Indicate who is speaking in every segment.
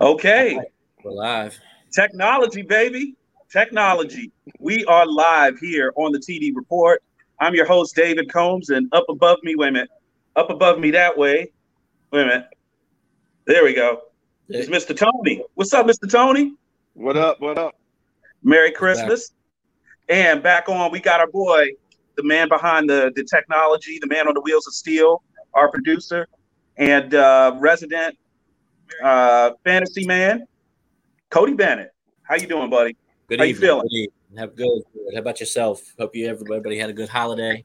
Speaker 1: Okay.
Speaker 2: We're live.
Speaker 1: Technology, baby. Technology. We are live here on the TD Report. I'm your host, David Combs, and up above me, wait a minute. Up above me that way. Wait a minute. There we go. It's Mr. Tony. What's up, Mr. Tony?
Speaker 3: What up? What up?
Speaker 1: Merry Christmas. And back on, we got our boy, the man behind the, the technology, the man on the wheels of steel, our producer, and uh, resident uh, fantasy man, Cody Bennett. How you doing, buddy?
Speaker 2: Good
Speaker 1: How you
Speaker 2: evening.
Speaker 1: feeling?
Speaker 2: Good evening. Have good. good. How about yourself? Hope you everybody had a good holiday.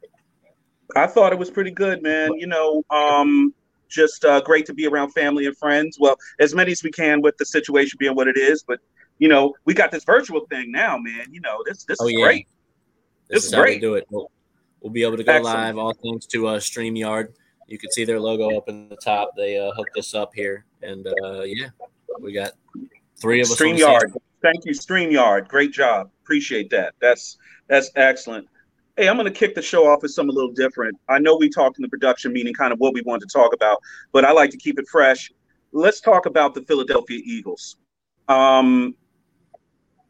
Speaker 1: I thought it was pretty good, man. You know, um, just uh, great to be around family and friends. Well, as many as we can with the situation being what it is, but you know, we got this virtual thing now, man. You know, this this
Speaker 2: Oh
Speaker 1: is
Speaker 2: yeah.
Speaker 1: great.
Speaker 2: This
Speaker 1: It's
Speaker 2: is how
Speaker 1: great.
Speaker 2: we do it. We'll, we'll be able to go
Speaker 1: Excellent.
Speaker 2: live, all thanks to uh, StreamYard. You can see their logo up in the top. They uh, hooked us up here, and uh, yeah, we got three of us. on the same-
Speaker 1: StreamYard. Thank you, StreamYard. Great job. Appreciate that. That's that's excellent. Hey, I'm gonna kick the show off with something a little different. I know we talked in the production meeting kind of what we wanted to talk about, but I like to keep it fresh. Let's talk about the Philadelphia Eagles. Um,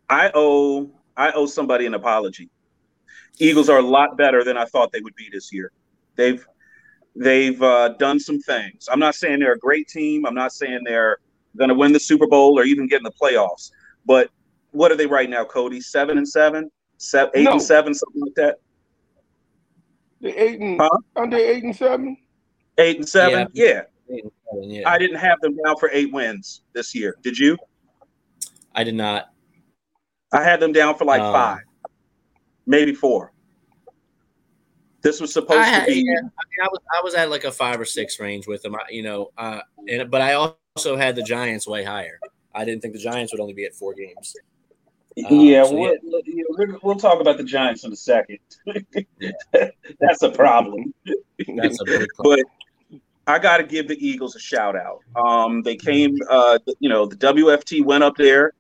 Speaker 1: I owe I owe somebody an apology. Eagles are a lot better than I thought they would be this year. They've they've uh, done some things. I'm not saying they're a great team. I'm not saying they're going to win the Super Bowl or even get in the playoffs. But what are they right now, Cody? Seven and seven, seven, eight
Speaker 3: No.
Speaker 1: and seven, something like that.
Speaker 3: They eight and
Speaker 1: Huh?
Speaker 3: aren't they eight and seven?
Speaker 1: Eight and seven. Yeah,
Speaker 2: Yeah,
Speaker 1: I
Speaker 2: I,
Speaker 1: didn't have them down for eight wins this year. Did you?
Speaker 2: did not.
Speaker 1: I had them down for like
Speaker 2: Um,
Speaker 1: five, maybe four. This was supposed
Speaker 2: I,
Speaker 1: to be.
Speaker 2: yeah, I, mean, I was I was at like a five or six range with them. I, you know, uh, and but I also had the Giants way higher. I didn't think the Giants would only be at four games. Um,
Speaker 1: yeah,
Speaker 2: so,
Speaker 1: we'll, yeah, we'll- we'll talk about the Giants in a second. That's a problem.
Speaker 2: That's a big
Speaker 1: but I got to give the Eagles a shout out. Um, they came, uh, you know, the WFT went up there,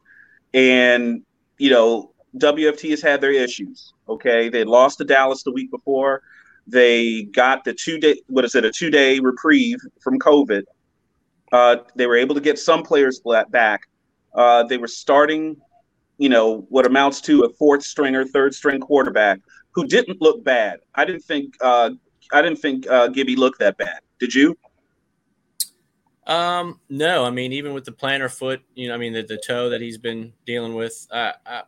Speaker 1: and you know, WFT has had their issues. Okay, they lost to Dallas the week before. They got the two day, what is it, a two day reprieve from COVID. Uh, they were able to get some players bla- back. Uh, they were starting, you know, what amounts to a fourth stringer, third string quarterback who didn't look bad. I didn't think uh, I didn't think uh, Gibby looked that bad. Did you?
Speaker 2: Um, no, I mean, even with the plantar foot, you know, I mean, the, the toe that he's been dealing with, I, I,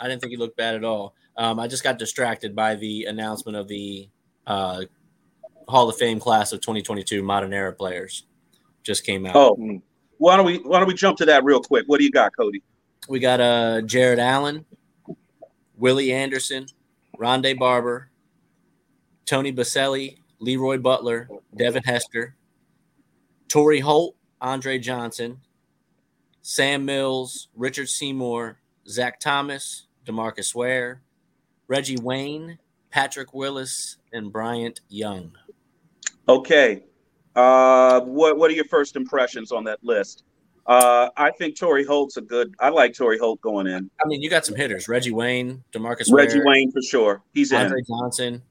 Speaker 2: I didn't think he looked bad at all. Um, I just got distracted by the announcement of the uh, Hall of Fame class of 2022 modern era players just came out.
Speaker 1: Oh,
Speaker 3: Mm.
Speaker 1: why don't we why don't we jump to that real quick? What do you got, Cody?
Speaker 2: We got uh, Jared Allen, Willie Anderson, Rondé Barber, Tony Baselli, Leroy Butler, Devin Hester, Torrey Holt, Andre Johnson, Sam Mills, Richard Seymour, Zach Thomas, Demarcus Ware, Reggie Wayne, Patrick Willis, and Bryant Young.
Speaker 1: Okay, uh, what what are your first impressions on that list? Uh, I think Torrey Holt's a good. I like Torrey Holt going in.
Speaker 2: I mean, you got some hitters: Reggie Wayne, Demarcus
Speaker 1: Reggie
Speaker 2: Ware,
Speaker 1: Wayne for sure. He's in.
Speaker 2: Andre Johnson,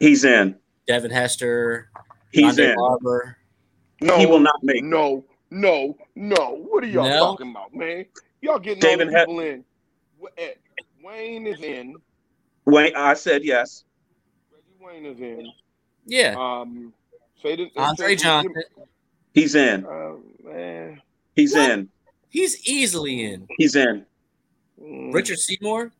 Speaker 1: He's in.
Speaker 2: Devin Hester,
Speaker 1: He's
Speaker 2: Rondé
Speaker 1: in.
Speaker 2: Barber.
Speaker 3: No,
Speaker 1: He will not make.
Speaker 3: no, no, no. What are y'all
Speaker 2: No.
Speaker 3: talking about, man? Y'all getting
Speaker 1: David
Speaker 3: all
Speaker 1: Ha-
Speaker 3: the people in. Wa- eh, Wayne is in.
Speaker 1: Wayne, I said yes.
Speaker 3: Reggie Wayne is in.
Speaker 2: Yeah,
Speaker 3: Um, say this,
Speaker 2: Andre Johnson.
Speaker 1: He's in.
Speaker 3: Uh, man.
Speaker 1: He's
Speaker 2: What?
Speaker 1: in.
Speaker 2: He's easily in.
Speaker 1: He's in.
Speaker 3: Mm.
Speaker 2: Richard Seymour.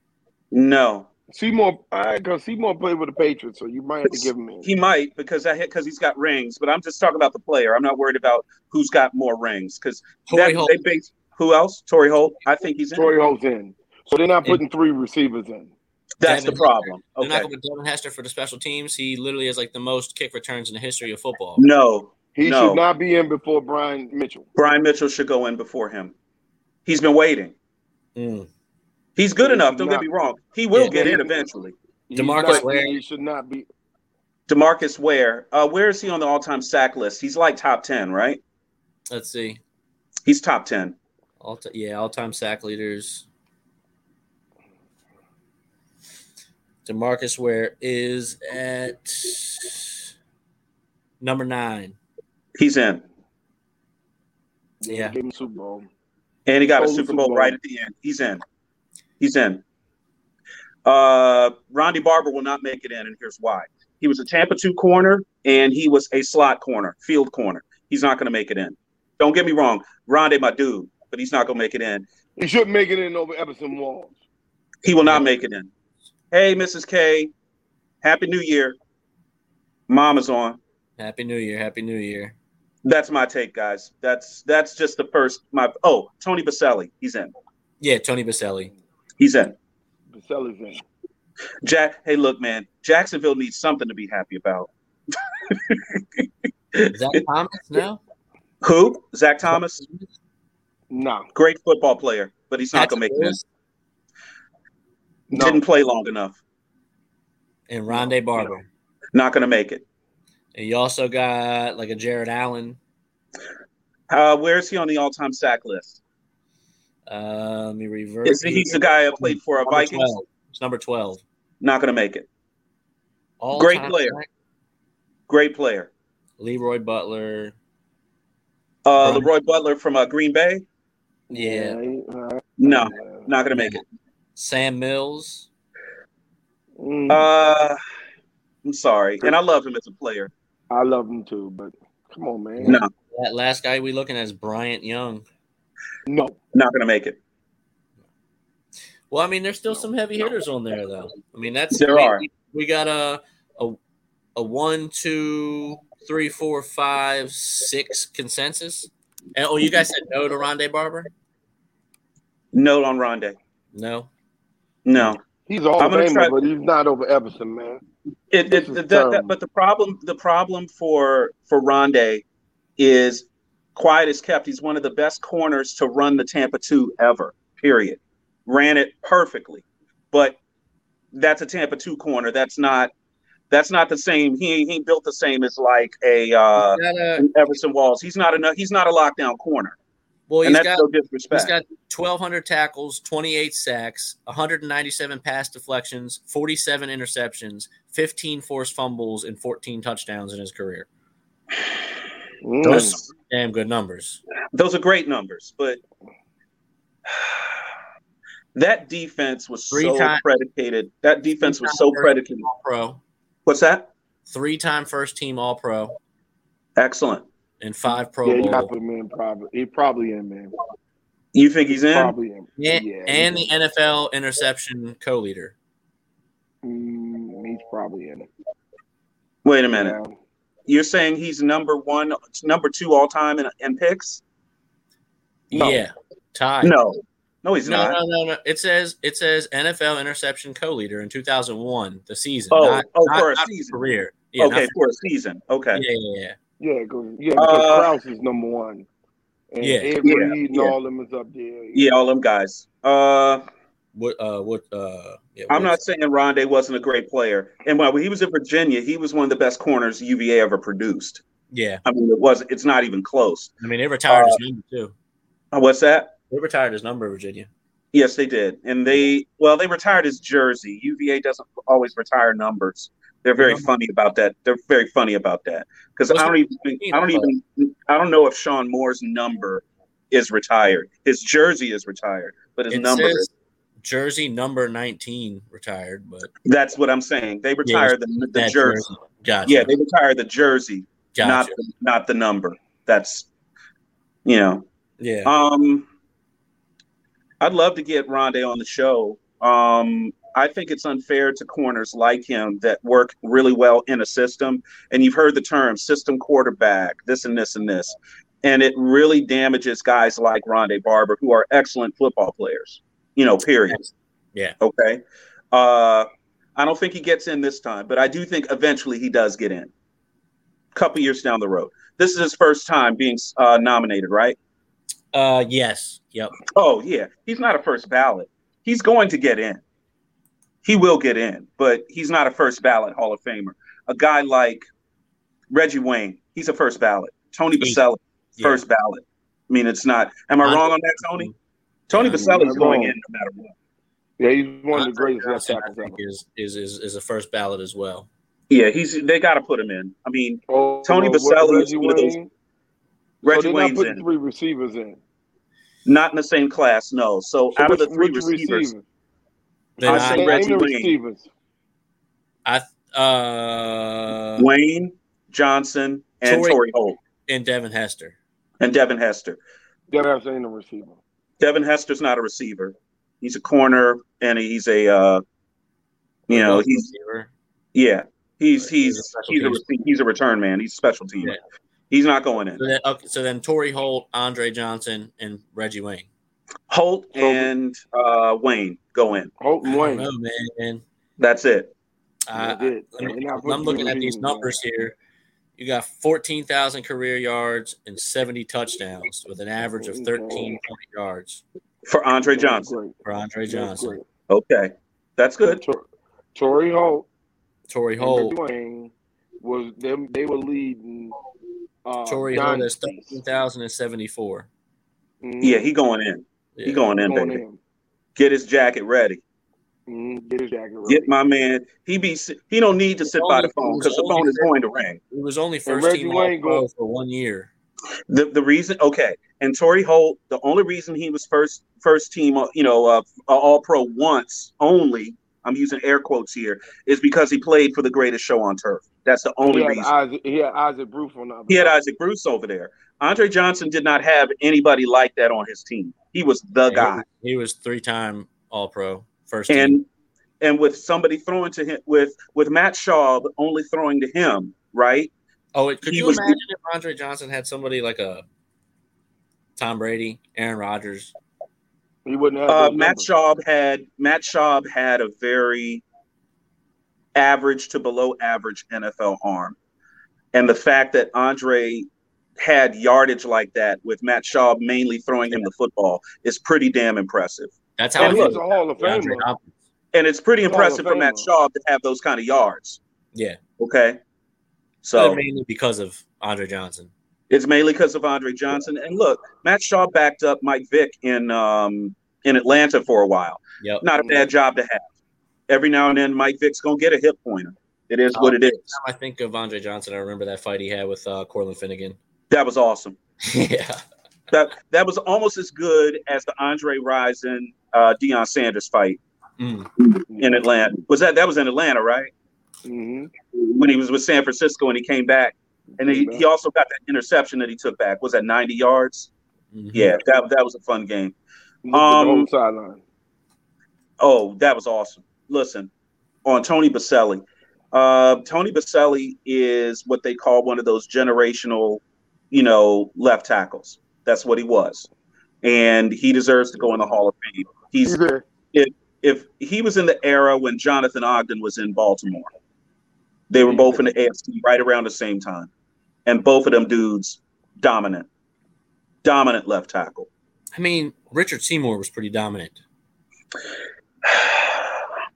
Speaker 1: No,
Speaker 3: Seymour, because Seymour played with the Patriots, so you might have to give him in.
Speaker 1: he might because I because he's got rings. But I'm just talking about the player. I'm not worried about who's got more rings because
Speaker 2: Torrey
Speaker 1: That-
Speaker 2: Holt.
Speaker 1: They base who else? Tory Holt. I think he's in.
Speaker 3: Troy Holt's in. So they're not putting three receivers in.
Speaker 1: That's
Speaker 2: Devin
Speaker 1: the problem.
Speaker 2: They're not
Speaker 1: Okay.
Speaker 2: going with Devin Hester for the special teams. He literally has like the most kick returns in the history of football.
Speaker 1: No,
Speaker 3: He
Speaker 1: No.
Speaker 3: should not be in before Brian Mitchell.
Speaker 1: Brian Mitchell should go in before him. He's been waiting.
Speaker 2: Mm.
Speaker 1: He's good
Speaker 3: He's
Speaker 1: enough. Don't get
Speaker 3: not-
Speaker 1: me wrong. He will
Speaker 2: Yeah.
Speaker 1: get in eventually.
Speaker 3: He's
Speaker 2: DeMarcus
Speaker 3: not-
Speaker 2: Ware.
Speaker 3: He should not be.
Speaker 1: Demarcus Ware. Uh, where is he on the all-time sack list? He's like top ten, right?
Speaker 2: Let's see.
Speaker 1: He's top ten.
Speaker 2: All t- yeah, all time sack leaders. Demarcus Ware is at number nine.
Speaker 1: He's in.
Speaker 2: Yeah.
Speaker 3: Give him Super Bowl.
Speaker 1: And he got a
Speaker 3: Totally
Speaker 1: Super Bowl
Speaker 3: Super
Speaker 1: right
Speaker 3: Bowl.
Speaker 1: at the end. He's in. He's in. Uh, Rondy Barber will not make it in, and here's why. He was a Tampa 2 corner, and he was a slot corner, field corner. He's not going to make it in. Don't get me wrong. Rondé, my dude, but he's not going to make it in.
Speaker 3: He should make it in over Everson Walls.
Speaker 1: He will not make it in. Hey, Mrs. K, Happy New Year. Mom is on.
Speaker 2: Happy New Year. Happy New Year.
Speaker 1: That's my take, guys. That's that's just the first. My oh, Tony Baselli, he's in.
Speaker 2: Yeah, Tony Baselli.
Speaker 1: He's in.
Speaker 3: Baselli's in.
Speaker 1: Jack, hey, look, man, Jacksonville needs something to be happy about.
Speaker 2: Is that Thomas now?
Speaker 1: Who? Zach Thomas,
Speaker 3: No,
Speaker 1: great football player, but he's not gonna make it.
Speaker 2: Patrick
Speaker 1: in.
Speaker 3: no.
Speaker 1: Didn't play long enough.
Speaker 2: Willis And Rondé Barber.
Speaker 1: Not gonna make it.
Speaker 2: And you also got like a Jared Allen.
Speaker 1: Uh, where is he on the all-time sack list?
Speaker 2: Uh, let me reverse.
Speaker 1: Is, he's the guy that played for our
Speaker 2: Number
Speaker 1: Vikings.
Speaker 2: 12. It's number 12.
Speaker 1: Not gonna make it.
Speaker 2: All
Speaker 1: Great
Speaker 2: time
Speaker 1: player.
Speaker 2: sack,
Speaker 1: Great player.
Speaker 2: Leroy Butler.
Speaker 1: Uh,
Speaker 2: Right.
Speaker 1: Leroy Butler from uh, Green Bay.
Speaker 2: Yeah.
Speaker 3: he- uh,
Speaker 1: No,
Speaker 3: yeah.
Speaker 1: not gonna make it.
Speaker 2: Sam Mills.
Speaker 3: Mm,
Speaker 1: Uh, I'm sorry, and I love him as a player.
Speaker 3: I love him too, but come on, man.
Speaker 1: No,
Speaker 2: That last guy we looking at is Bryant Young.
Speaker 3: no.
Speaker 1: not gonna make it.
Speaker 2: Well, I mean, there's still some heavy hitters on there, though. I mean, that's
Speaker 1: There
Speaker 2: we,
Speaker 1: are.
Speaker 2: We got a a a one, two, three, four, five, six consensus. And, oh, you guys said no to Rondé Barber?
Speaker 1: No on Rondé.
Speaker 2: No.
Speaker 1: No.
Speaker 3: He's all
Speaker 1: I'm gonna try-
Speaker 3: famer, but he's not over Everson, man.
Speaker 1: It,
Speaker 3: This
Speaker 1: it,
Speaker 3: is
Speaker 1: that, that,
Speaker 3: terrible.
Speaker 1: but the problem, the problem for for Rondé is quiet is kept. He's one of the best corners to run the Tampa two ever. Period. Ran it perfectly, but that's a Tampa two corner. That's not that's not the same. He ain't- he ain't built the same as like a uh,
Speaker 2: He's got a-
Speaker 1: an Everson Walls. He's not a he's not a lockdown corner,
Speaker 2: well,
Speaker 1: and
Speaker 2: he's
Speaker 1: that's
Speaker 2: got
Speaker 1: no
Speaker 2: he's
Speaker 1: disrespect.
Speaker 2: got 1,200 tackles, 28 sacks, 197 pass deflections, 47 interceptions, 15 forced fumbles, and 14 touchdowns in his career.
Speaker 3: Mm.
Speaker 2: Those damn good numbers.
Speaker 1: Those are great numbers, but that defense was
Speaker 2: Three
Speaker 1: so
Speaker 2: times-
Speaker 1: predicated. That defense was so
Speaker 2: times-
Speaker 1: predicated.
Speaker 2: All pro,
Speaker 1: What's that?
Speaker 2: three-time first team All Pro,
Speaker 1: Excellent.
Speaker 2: and five Pro
Speaker 3: yeah, you got to
Speaker 2: Bowls.
Speaker 3: put him in. Probably, he probably in, man.
Speaker 1: You think he's in?
Speaker 3: Probably in.
Speaker 2: Yeah, and the
Speaker 3: he's,
Speaker 2: NFL interception co-leader.
Speaker 3: mm, he's probably in it.
Speaker 1: Wait a minute.
Speaker 3: Yeah.
Speaker 1: You're saying he's number one, number two all time in, in picks?
Speaker 3: No.
Speaker 2: Yeah, tied.
Speaker 1: No, no, he's
Speaker 2: no,
Speaker 1: not.
Speaker 2: no, no, no. It says it says NFL interception co-leader in 2001, the season.
Speaker 1: oh,
Speaker 2: not,
Speaker 1: oh,
Speaker 2: not-
Speaker 1: for a
Speaker 2: not
Speaker 1: season.
Speaker 2: career. Yeah,
Speaker 1: okay,
Speaker 2: not-
Speaker 1: for a season. Okay.
Speaker 2: yeah, yeah, yeah.
Speaker 3: Yeah, because yeah,
Speaker 1: Uh,
Speaker 3: because Krause is number one. And
Speaker 2: Yeah.
Speaker 3: Ed
Speaker 1: Yeah,
Speaker 3: Reed and
Speaker 1: yeah.
Speaker 3: all them is up there.
Speaker 1: Yeah, all them guys. Uh,
Speaker 2: What? Uh, what? Uh, yeah,
Speaker 1: I'm
Speaker 2: what-
Speaker 1: not saying Rondé wasn't a great player, and when he was in Virginia, he was one of the best corners UVA ever produced.
Speaker 2: Yeah,
Speaker 1: I mean, it was. It's not even close.
Speaker 2: I mean they retired his number too.
Speaker 1: Uh, What's that?
Speaker 2: They retired his number, Virginia.
Speaker 1: Yes, they did, and they well, they retired his jersey. UVA doesn't always retire numbers. They're very
Speaker 2: Mhm.
Speaker 1: funny about that. They're very funny about that because
Speaker 2: What's
Speaker 1: I don't
Speaker 2: the-
Speaker 1: even think, I don't even I don't know if Sean Moore's number is retired. His jersey is retired, but his
Speaker 2: It
Speaker 1: number
Speaker 2: says
Speaker 1: is,
Speaker 2: jersey number 19 retired, but
Speaker 1: that's what I'm saying. They retire the, the
Speaker 2: that
Speaker 1: jersey.
Speaker 2: Gotcha.
Speaker 1: Yeah, they retire the jersey,
Speaker 2: gotcha.
Speaker 1: not the, not the number. That's you know.
Speaker 2: yeah.
Speaker 1: Um, I'd love to get Rondé on the show. Um, I think it's unfair to corners like him that work really well in a system. And you've heard the term system quarterback, this and this and this. And it really damages guys like Rondé Barber, who are excellent football players, you know, period.
Speaker 2: Yeah.
Speaker 1: Okay. Uh, I don't think he gets in this time, but I do think eventually he does get in. couple years down the road. This is his first time being uh, nominated, right?
Speaker 2: Uh, yes. Yep.
Speaker 1: Oh yeah, he's not a first ballot. He's going to get in. He will get in, but he's not a first ballot Hall of Famer. A guy like Reggie Wayne, he's a first ballot. Tony
Speaker 2: Easy.
Speaker 1: Baselli,
Speaker 2: Yeah.
Speaker 1: first ballot. I mean, it's not. Am I
Speaker 2: Andre-
Speaker 1: wrong on that, Tony? Tony
Speaker 2: Yeah, I mean,
Speaker 1: Baselli's
Speaker 3: you're
Speaker 1: going
Speaker 3: wrong.
Speaker 1: in no matter what.
Speaker 3: Yeah, he's one of the
Speaker 2: Andre
Speaker 3: greatest left
Speaker 2: Johnson, I
Speaker 3: tackles ever.
Speaker 2: think, is, is is is a first ballot as well.
Speaker 1: Yeah, he's. They got to put him in. I mean,
Speaker 3: Oh,
Speaker 1: Tony
Speaker 3: well,
Speaker 1: Baselli is
Speaker 3: Reggie
Speaker 1: one of those-
Speaker 3: Wayne, So
Speaker 1: Reggie
Speaker 3: Oh, they're not
Speaker 1: Wayne's
Speaker 3: putting
Speaker 1: in.
Speaker 3: three receivers in.
Speaker 1: Not in the same class, no. So,
Speaker 3: So
Speaker 1: out of the
Speaker 3: which-
Speaker 1: three
Speaker 3: which
Speaker 1: receivers,
Speaker 3: receiver?
Speaker 2: Then
Speaker 1: I say
Speaker 2: I,
Speaker 3: Name
Speaker 1: Reggie
Speaker 3: the
Speaker 1: Wayne.
Speaker 3: receivers.
Speaker 2: uh,
Speaker 1: Wayne, Johnson, and
Speaker 2: Torrey-
Speaker 1: Torrey Holt,
Speaker 2: and Devin Hester.
Speaker 1: and Devin Hester.
Speaker 3: Yeah, I'm saying the receiver.
Speaker 1: Devin Hester's not a receiver. He's a corner, and he's a, uh, you know,
Speaker 2: Both
Speaker 1: he's
Speaker 2: receiver.
Speaker 1: Yeah, he's
Speaker 2: Right, he's a
Speaker 1: he's
Speaker 2: special
Speaker 1: he's a,
Speaker 2: teams.
Speaker 1: rece- he's a return man. He's a special team.
Speaker 2: Yeah.
Speaker 1: He's not going in.
Speaker 2: So then, okay, so then Torrey Holt, Andre Johnson, and Reggie Wayne.
Speaker 1: Holt
Speaker 3: So-
Speaker 1: and uh, Wayne go in.
Speaker 3: Holton
Speaker 2: I
Speaker 3: Wayne.
Speaker 2: don't know, man.
Speaker 1: That's it.
Speaker 2: I-
Speaker 3: They did.
Speaker 2: I- let me-
Speaker 3: They're not
Speaker 2: I'm
Speaker 3: putting
Speaker 2: looking
Speaker 3: three
Speaker 2: at these
Speaker 3: receivers in.
Speaker 2: numbers here. You got 14,000 career yards and 70 touchdowns with an average of 13 yards
Speaker 1: For Andre
Speaker 3: That's
Speaker 1: Johnson.
Speaker 3: great.
Speaker 2: for Andre
Speaker 3: That's
Speaker 2: Johnson.
Speaker 3: great.
Speaker 1: Okay. That's good.
Speaker 3: Tor- Torrey Holt
Speaker 2: Torrey
Speaker 3: and
Speaker 2: Holt.
Speaker 3: Wayne was them. They were leading. Uh,
Speaker 2: Torrey Holt has
Speaker 3: dynasties.
Speaker 2: 13,074.
Speaker 3: Mhm.
Speaker 1: Yeah, he going in. He
Speaker 2: Yeah.
Speaker 1: going in,
Speaker 3: Going
Speaker 1: baby.
Speaker 3: in.
Speaker 1: Get his jacket ready.
Speaker 3: Mhm. Get his jacket ready.
Speaker 1: Get my man. He be si- he don't need to sit by the phone because the phone is going to ring.
Speaker 2: He was only
Speaker 3: And
Speaker 2: first
Speaker 3: Reggie
Speaker 2: team
Speaker 3: Wayne
Speaker 2: All-Pro
Speaker 3: go-
Speaker 2: for one year.
Speaker 1: The the reason okay. And Torrey Holt, the only reason he was first first team, uh, you know, uh, All Pro once only. I'm using air quotes here, is because he played for the greatest show on turf. That's the only
Speaker 3: he had
Speaker 1: reason.
Speaker 3: Isaac, he had Isaac Bruce on the other
Speaker 1: He had
Speaker 3: side.
Speaker 1: Isaac Bruce over there. Andre Johnson did not have anybody like that on his team. He was the guy.
Speaker 2: He was three-time All-Pro, first team.
Speaker 1: And and with somebody throwing to him with with Matt Shaw only throwing to him, right?
Speaker 2: Oh, it, could
Speaker 1: He
Speaker 2: you
Speaker 1: was-
Speaker 2: imagine if Andre Johnson had somebody like a Tom Brady, Aaron Rodgers?
Speaker 3: He wouldn't have
Speaker 1: Uh,
Speaker 3: those
Speaker 1: Matt
Speaker 3: numbers.
Speaker 1: Schaub had Matt Schaub had a very average to below average NFL arm. And the fact that Andre had yardage like that with Matt Schaub mainly throwing him the football is pretty damn impressive.
Speaker 2: That's how
Speaker 3: And
Speaker 2: it
Speaker 1: look,
Speaker 3: he's
Speaker 2: was.
Speaker 3: a Hall of
Speaker 2: with Andre
Speaker 3: Famer.
Speaker 2: Hopkins.
Speaker 1: And it's pretty
Speaker 3: Hall of
Speaker 1: impressive for Matt
Speaker 3: Famer.
Speaker 1: Schaub to have those kind of yards.
Speaker 2: Yeah,
Speaker 1: Okay.
Speaker 2: so
Speaker 1: So
Speaker 2: mainly because of Andre Johnson.
Speaker 1: It's mainly because of Andre Johnson. And look, Matt Shaw backed up Mike Vick in um, in Atlanta for a while.
Speaker 2: Yep.
Speaker 1: Not a bad job to have. Every now and then, Mike Vick's gonna get a hip pointer. It is what it is.
Speaker 2: I think of Andre Johnson. I remember that fight he had with uh, Corlin Finnegan.
Speaker 1: That was awesome.
Speaker 2: yeah,
Speaker 1: That that was almost as good as the Andre Rison uh, Deion Sanders fight
Speaker 2: Mm.
Speaker 1: in Atlanta. Was that that was in Atlanta, right?
Speaker 3: Mhm.
Speaker 1: When he was with San Francisco and he came back, and he, he also got that interception that he took back. Was that ninety yards?
Speaker 2: Mhm.
Speaker 1: Yeah, that that was a fun game.
Speaker 3: Look at the
Speaker 1: um,
Speaker 3: whole sideline.
Speaker 1: Oh, that was awesome. Listen, on Tony Baselli. Uh, Tony Baselli is what they call one of those generational, you know, left tackles. That's what he was. And he deserves to go in the Hall of Fame.
Speaker 3: He's
Speaker 1: He's
Speaker 3: there.
Speaker 1: if he was in the era when Jonathan Ogden was in Baltimore. They were both in the AFC right around the same time. And both of them dudes dominant. Dominant left tackle.
Speaker 2: I mean Richard Seymour was pretty dominant.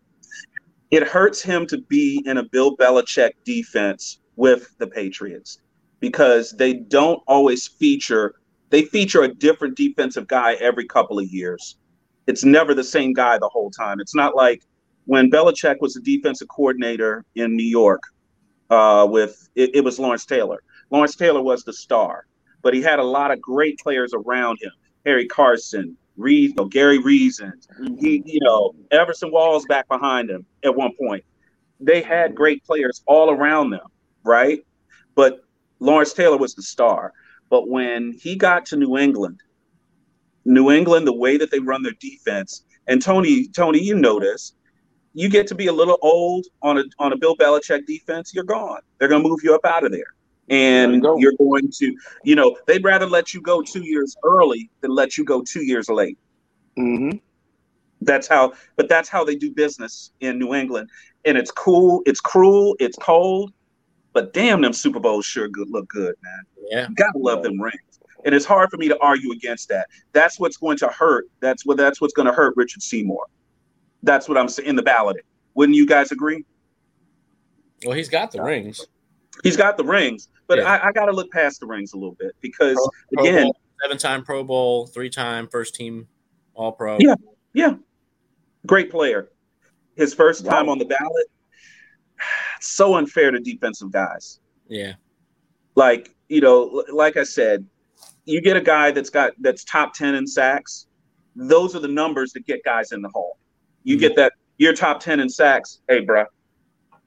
Speaker 1: it hurts him to be in a Bill Belichick defense with the Patriots because they don't always feature they feature a different defensive guy every couple of years. It's never the same guy the whole time. It's not like when Belichick was the defensive coordinator in New York uh, with it, it was Lawrence Taylor. Lawrence Taylor was the star, but he had a lot of great players around him. Harry Carson, Reed, no, Gary Reason, he, you know, Everson Walls back behind him at one point. They had great players all around them, right? But Lawrence Taylor was the star. But when he got to New England, New England, the way that they run their defense, and Tony, Tony, you know this, you get to be a little old on a on a Bill Belichick defense, you're gone. They're gonna move you up out of there.
Speaker 3: Gotta
Speaker 1: And
Speaker 3: go.
Speaker 1: you're going to, you know, they'd rather let you go two years early than let you go two years late.
Speaker 3: Mhm.
Speaker 1: That's how, but that's how they do business in New England, and it's cool, it's cruel, it's cold, but damn, them Super Bowls sure good look good, man.
Speaker 2: Yeah,
Speaker 1: You gotta love them rings, and it's hard for me to argue against that. That's what's going to hurt. That's what that's what's going to hurt Richard Seymour. That's what I'm saying in the balloting. Wouldn't you guys agree?
Speaker 2: well he's got the rings.
Speaker 1: He's got the rings, but
Speaker 2: Yeah.
Speaker 1: I, I got to look past the rings a little bit because
Speaker 2: Pro
Speaker 1: again,
Speaker 2: Bowl, seven-time Pro Bowl, three-time first team All-Pro.
Speaker 1: Yeah. great player. His first time on the ballot. So unfair to defensive guys.
Speaker 2: yeah.
Speaker 1: like you know l- like i said you get a guy that's got that's top 10 in sacks those are the numbers that get guys in the hall you
Speaker 3: Mm-hmm.
Speaker 1: get that you're top 10 in sacks hey bruh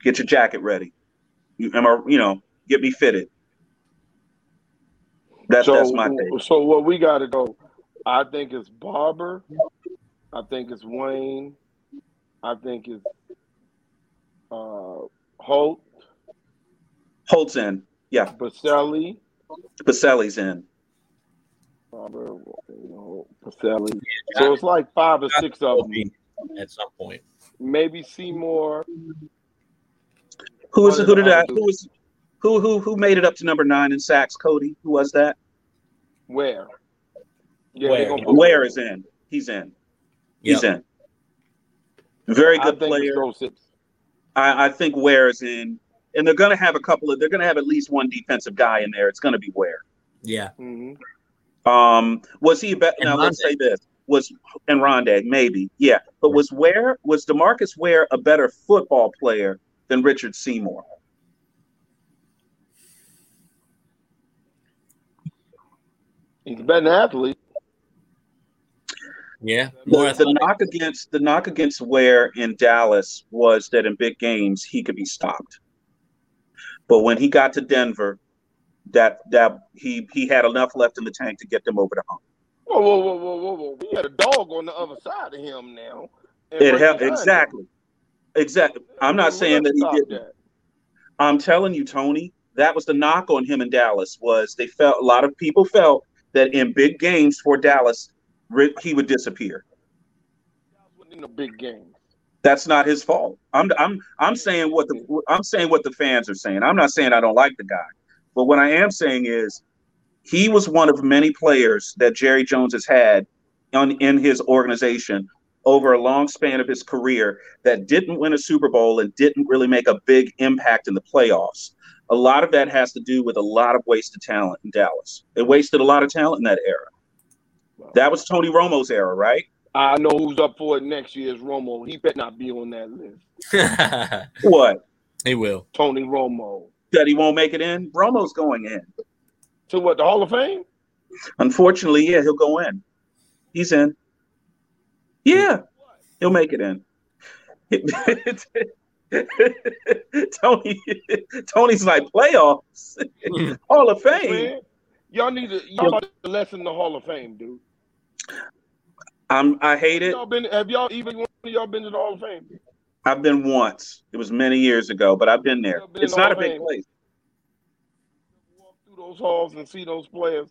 Speaker 1: get your jacket ready you, am I, you know get me fitted that's
Speaker 3: so,
Speaker 1: that's my take.
Speaker 3: so what we got to go? I think it's Barber. I think it's Wayne. I think it's uh, Holt,
Speaker 1: holt's in yeah
Speaker 3: Baselli,
Speaker 1: Baselli's in
Speaker 3: Barber, you know, Baselli. So it's like five or six of them.
Speaker 2: at some point.
Speaker 3: Maybe Seymour.
Speaker 1: who is who did i who was who who who made it up to number nine in sacks cody who was that
Speaker 3: Where? Yeah,
Speaker 2: Ware.
Speaker 3: they gonna put-
Speaker 1: ware is in he's in he's in very
Speaker 3: I
Speaker 1: good
Speaker 3: think it's
Speaker 1: player
Speaker 3: those six.
Speaker 1: I, I think Ware is in, and they're going to have a couple of. They're going to have at least one defensive guy in there. It's going to be Ware.
Speaker 2: Yeah.
Speaker 3: Mhm.
Speaker 1: Um, was he better?
Speaker 2: And
Speaker 1: Now let's say this was and Rondé maybe yeah, but was Ware was Demarcus Ware a better football player than Richard Seymour?
Speaker 3: He's been an athlete.
Speaker 2: Yeah. More
Speaker 1: The, the
Speaker 2: athletic.
Speaker 1: knock against the knock against Ware in Dallas was that in big games he could be stopped, but when he got to Denver, that that he he had enough left in the tank to get them over the hump.
Speaker 3: Whoa, whoa, whoa, whoa, whoa, whoa. We had a dog on the other side of him now. And
Speaker 1: It helped
Speaker 3: Reggie Bush-
Speaker 1: exactly, exactly. I'm not
Speaker 3: Who
Speaker 1: saying
Speaker 3: else
Speaker 1: that he
Speaker 3: stopped
Speaker 1: didn't.
Speaker 3: that?
Speaker 1: I'm telling you, Tony, that was the knock on him in Dallas was they felt a lot of people felt that in big games for Dallas Ri- he would disappear.
Speaker 3: In a big game.
Speaker 1: That's not his fault. I'm I'm I'm saying what the I'm saying what the fans are saying. I'm not saying I don't like the guy, but what I am saying is he was one of many players that Jerry Jones has had on, in his organization over a long span of his career that didn't win a Super Bowl and didn't really make a big impact in the playoffs. A lot of that has to do with a lot of wasted talent in Dallas. They wasted a lot of talent in that era. That was Tony Romo's era, right?
Speaker 3: I know who's up for it next year is Romo. He better not be on that list.
Speaker 1: What?
Speaker 2: he will.
Speaker 3: Tony Romo.
Speaker 1: That he won't make it in? Romo's going in.
Speaker 3: To what, the Hall of Fame?
Speaker 1: Unfortunately, yeah, he'll go in. He's in. Yeah, he'll make it in. Tony, Tony's like playoffs, Hall of Fame.
Speaker 3: Man, y'all need to y'all about to lessen the Hall of Fame, dude.
Speaker 1: I'm, I hate it.
Speaker 3: Y'all been have y'all even one of y'all been to the Hall of Fame?
Speaker 1: I've been once. It was many years ago, but I've been there. It's not a big place.
Speaker 3: Walk through those halls and see those players.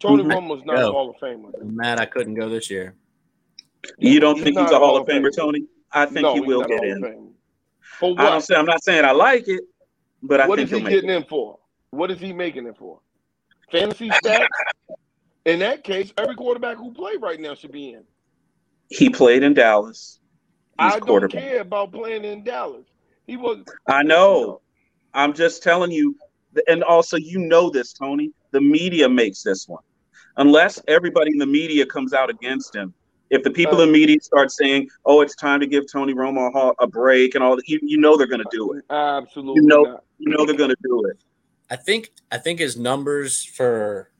Speaker 3: Tony
Speaker 1: Mhm.
Speaker 3: Romo's not
Speaker 2: Go.
Speaker 3: a Hall of Famer. dude.
Speaker 2: I'm mad I couldn't go this year.
Speaker 1: You don't think
Speaker 3: not
Speaker 1: he's a Hall of Famer, Tony? I think
Speaker 3: No,
Speaker 1: he
Speaker 3: he's
Speaker 1: will
Speaker 3: not a
Speaker 1: get
Speaker 3: Hall of
Speaker 1: in.
Speaker 3: Famer. For what?
Speaker 1: I don't say I'm not saying I like it, but I
Speaker 3: what
Speaker 1: think
Speaker 3: is
Speaker 1: he'll
Speaker 3: he
Speaker 1: make it.
Speaker 3: getting in for? What is he making it for? Fantasy stats? in that case, every quarterback who play right now should be in.
Speaker 1: He played in Dallas. He's
Speaker 3: I don't
Speaker 1: quarterback.
Speaker 3: care about playing in Dallas. He was.
Speaker 1: I know. I'm just telling you, and also you know this, Tony. The media makes this one. Unless everybody in the media comes out against him, if the people in the media start saying, "Oh, it's time to give Tony Romo a ho- a break," and all that, you, you know they're going to do it.
Speaker 3: Absolutely
Speaker 1: You know-
Speaker 3: not.
Speaker 1: You know they're going to do it.
Speaker 2: I think I think his numbers for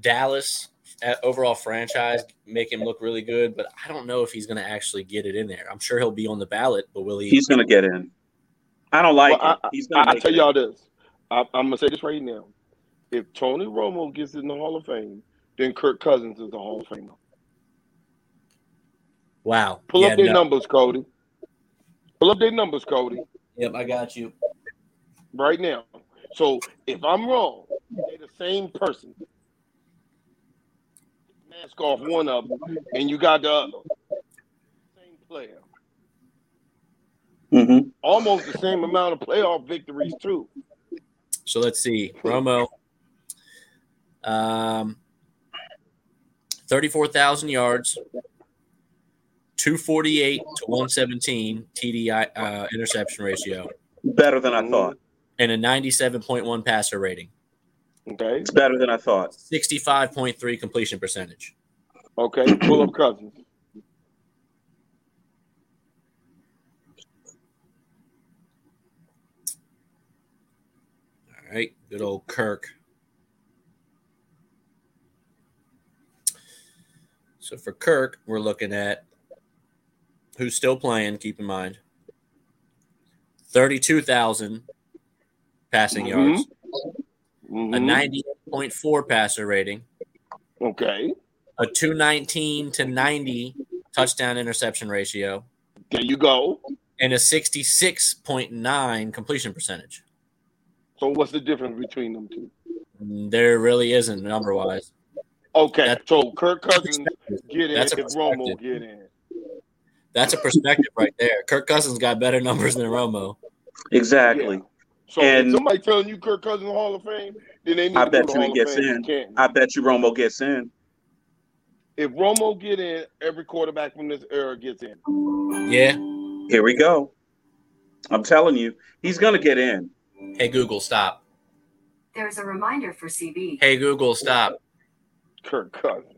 Speaker 2: Dallas uh, overall franchise make him look really good, but I don't know if he's going to actually get it in there. I'm sure he'll be on the ballot, but will he?
Speaker 1: He's going to get in. I don't like
Speaker 3: Well,
Speaker 1: it. He's
Speaker 3: I,
Speaker 1: going
Speaker 3: I
Speaker 1: to
Speaker 3: tell y'all this. I, I'm gonna say this right now. If Tony Romo gets in the Hall of Fame, then Kirk Cousins is the Hall of Famer.
Speaker 2: wow.
Speaker 3: Pull
Speaker 2: yeah,
Speaker 3: up their
Speaker 2: no.
Speaker 3: numbers, Cody. Pull up their numbers, Cody,
Speaker 2: Yep, I got you.
Speaker 3: right now. So if I'm wrong, they're the same person. Mask off one of them, and you got the other. Same player.
Speaker 1: Mhm.
Speaker 3: Almost the same amount of playoff victories too.
Speaker 2: So let's see. Romo. Um 34,000 yards, 248 to 117 TDI uh, interception ratio,
Speaker 1: better than I
Speaker 3: Mhm.
Speaker 1: thought.
Speaker 2: and a 97.1 passer rating,
Speaker 3: Okay.
Speaker 1: It's better than I thought.
Speaker 2: 65.3 completion percentage.
Speaker 3: Okay. Pull up Cousins.
Speaker 2: All right. Good old Kirk. So for Kirk, we're looking at who's still playing, keep in mind, 32,000 passing
Speaker 3: Mhm.
Speaker 2: yards, a
Speaker 3: Mhm.
Speaker 2: 98.4 passer rating,
Speaker 3: Okay.
Speaker 2: a 219 to 90 touchdown interception ratio,
Speaker 3: There you go.
Speaker 2: and a 66.9 completion percentage.
Speaker 3: So what's the difference between them two?
Speaker 2: There really isn't number wise.
Speaker 3: Okay.
Speaker 2: That's-
Speaker 3: so Kirk Cousins get in
Speaker 2: That's a
Speaker 3: if Romo
Speaker 2: perspective.
Speaker 3: get in.
Speaker 2: That's a perspective right there. Kirk Cousins got better numbers than Romo.
Speaker 1: Exactly.
Speaker 3: Yeah. So
Speaker 1: And-
Speaker 3: if somebody telling you Kirk Cousins Hall of Fame, then they need
Speaker 1: I
Speaker 3: to
Speaker 1: bet
Speaker 3: go to
Speaker 1: you he
Speaker 3: Hall
Speaker 1: gets
Speaker 3: of Fame.
Speaker 1: in.
Speaker 3: Can't.
Speaker 1: I bet you Romo gets in.
Speaker 3: if Romo get in, every quarterback from this era gets in.
Speaker 2: Yeah.
Speaker 1: Here we go. I'm telling you, he's gonna get in.
Speaker 2: Hey Google, stop.
Speaker 4: There's a reminder for CB.
Speaker 2: Hey Google, stop.
Speaker 3: Kirk Cousins.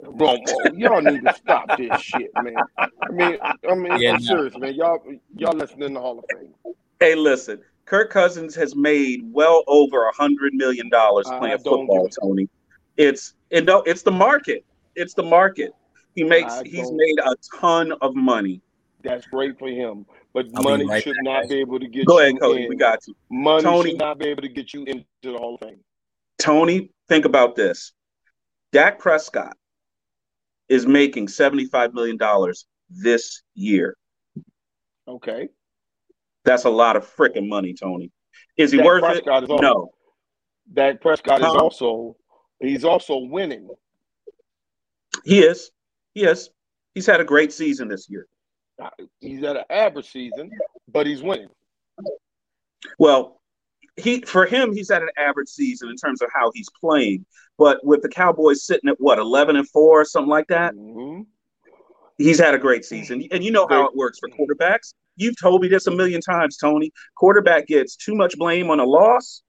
Speaker 3: Romo, y'all need to stop this shit, man. I mean, I mean,
Speaker 2: Yeah,
Speaker 3: I'm
Speaker 2: no.
Speaker 3: serious, man. Y'all, y'all listening to Hall of Fame.
Speaker 1: Hey, listen, Kirk Cousins has made well over a hundred million dollars
Speaker 3: I
Speaker 1: playing
Speaker 3: don't
Speaker 1: football,
Speaker 3: give
Speaker 1: Tony. It's it no, it's the market. It's the market. He makes
Speaker 3: I
Speaker 1: he's
Speaker 3: don't-
Speaker 1: made a ton of money.
Speaker 3: That's great for him, but
Speaker 2: I'll be
Speaker 3: money
Speaker 2: right
Speaker 3: should
Speaker 2: back,
Speaker 3: not
Speaker 2: guys.
Speaker 3: be able to get
Speaker 1: Go
Speaker 3: you
Speaker 1: ahead, Cody.
Speaker 3: in.
Speaker 1: We got you.
Speaker 3: money
Speaker 1: Tony.
Speaker 3: should not be able to get you into the Hall of Fame.
Speaker 1: Tony, think about this. Dak Prescott is making $75 million this year.
Speaker 3: Okay,
Speaker 1: That's a lot of freaking money, Tony. Is he
Speaker 3: Dak
Speaker 1: worth it?
Speaker 3: Prescott is also,
Speaker 1: No.
Speaker 3: Dak Prescott is
Speaker 1: Huh?
Speaker 3: also he's also winning.
Speaker 1: He is. He is. He's had a great season this year.
Speaker 3: He's at an average season, but he's winning.
Speaker 1: Well, he for him, he's had an average season in terms of how he's playing. But with the Cowboys sitting at what, 11 and 4 or something like that,
Speaker 3: Mhm.
Speaker 1: he's had a great season.
Speaker 3: Mm.
Speaker 1: And you know how it works for quarterbacks. You've told me this a million times, Tony. Quarterback gets too much blame on a loss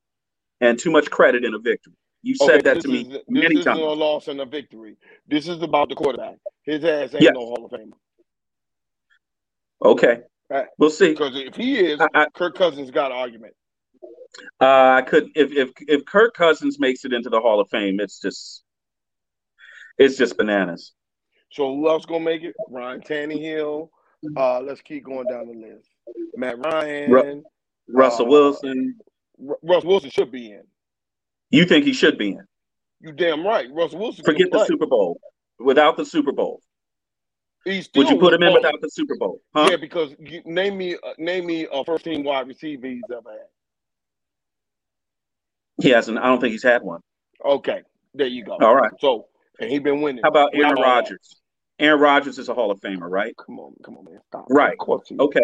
Speaker 1: and too much credit in a victory. You
Speaker 3: Okay,
Speaker 1: said that
Speaker 3: this
Speaker 1: to me
Speaker 3: is- this
Speaker 1: many
Speaker 3: isn't
Speaker 1: times.
Speaker 3: a loss and a victory. This is about the quarterback. His ass ain't
Speaker 1: Yes.
Speaker 3: no Hall of Famer
Speaker 1: Okay.
Speaker 3: Right.
Speaker 1: We'll see.
Speaker 3: because if he is,
Speaker 1: I, I,
Speaker 3: Kirk Cousins got an argument.
Speaker 1: uh, I could if if if Kirk Cousins makes it into the Hall of Fame, it's just it's just bananas.
Speaker 3: So who else gonna make it? Ryan Tannehill. Uh, let's keep going down the list. Matt Ryan.
Speaker 1: Ru- Russell
Speaker 3: Uh,
Speaker 1: Wilson,
Speaker 3: Ru- Russ Wilson should be in.
Speaker 1: you think he should be in?
Speaker 3: You damn right. Russ Wilson.
Speaker 1: Forget
Speaker 3: can
Speaker 1: the
Speaker 3: play.
Speaker 1: Super Bowl. Without the Super Bowl,
Speaker 3: He's still
Speaker 1: would you put him in
Speaker 3: balling.
Speaker 1: without the Super Bowl? Huh?
Speaker 3: oh. Yeah, because you, name me uh, name me a first team wide receiver he's ever had.
Speaker 1: He hasn't. I don't think he's had one.
Speaker 3: Okay, there you go.
Speaker 1: All right.
Speaker 3: So and he been winning.
Speaker 1: How about Aaron
Speaker 3: Wow.
Speaker 1: Rodgers? Aaron Rodgers is a Hall of Famer, right?
Speaker 3: Come on, come on, man. Stop.
Speaker 1: Right.
Speaker 3: Of course he is.
Speaker 1: Okay.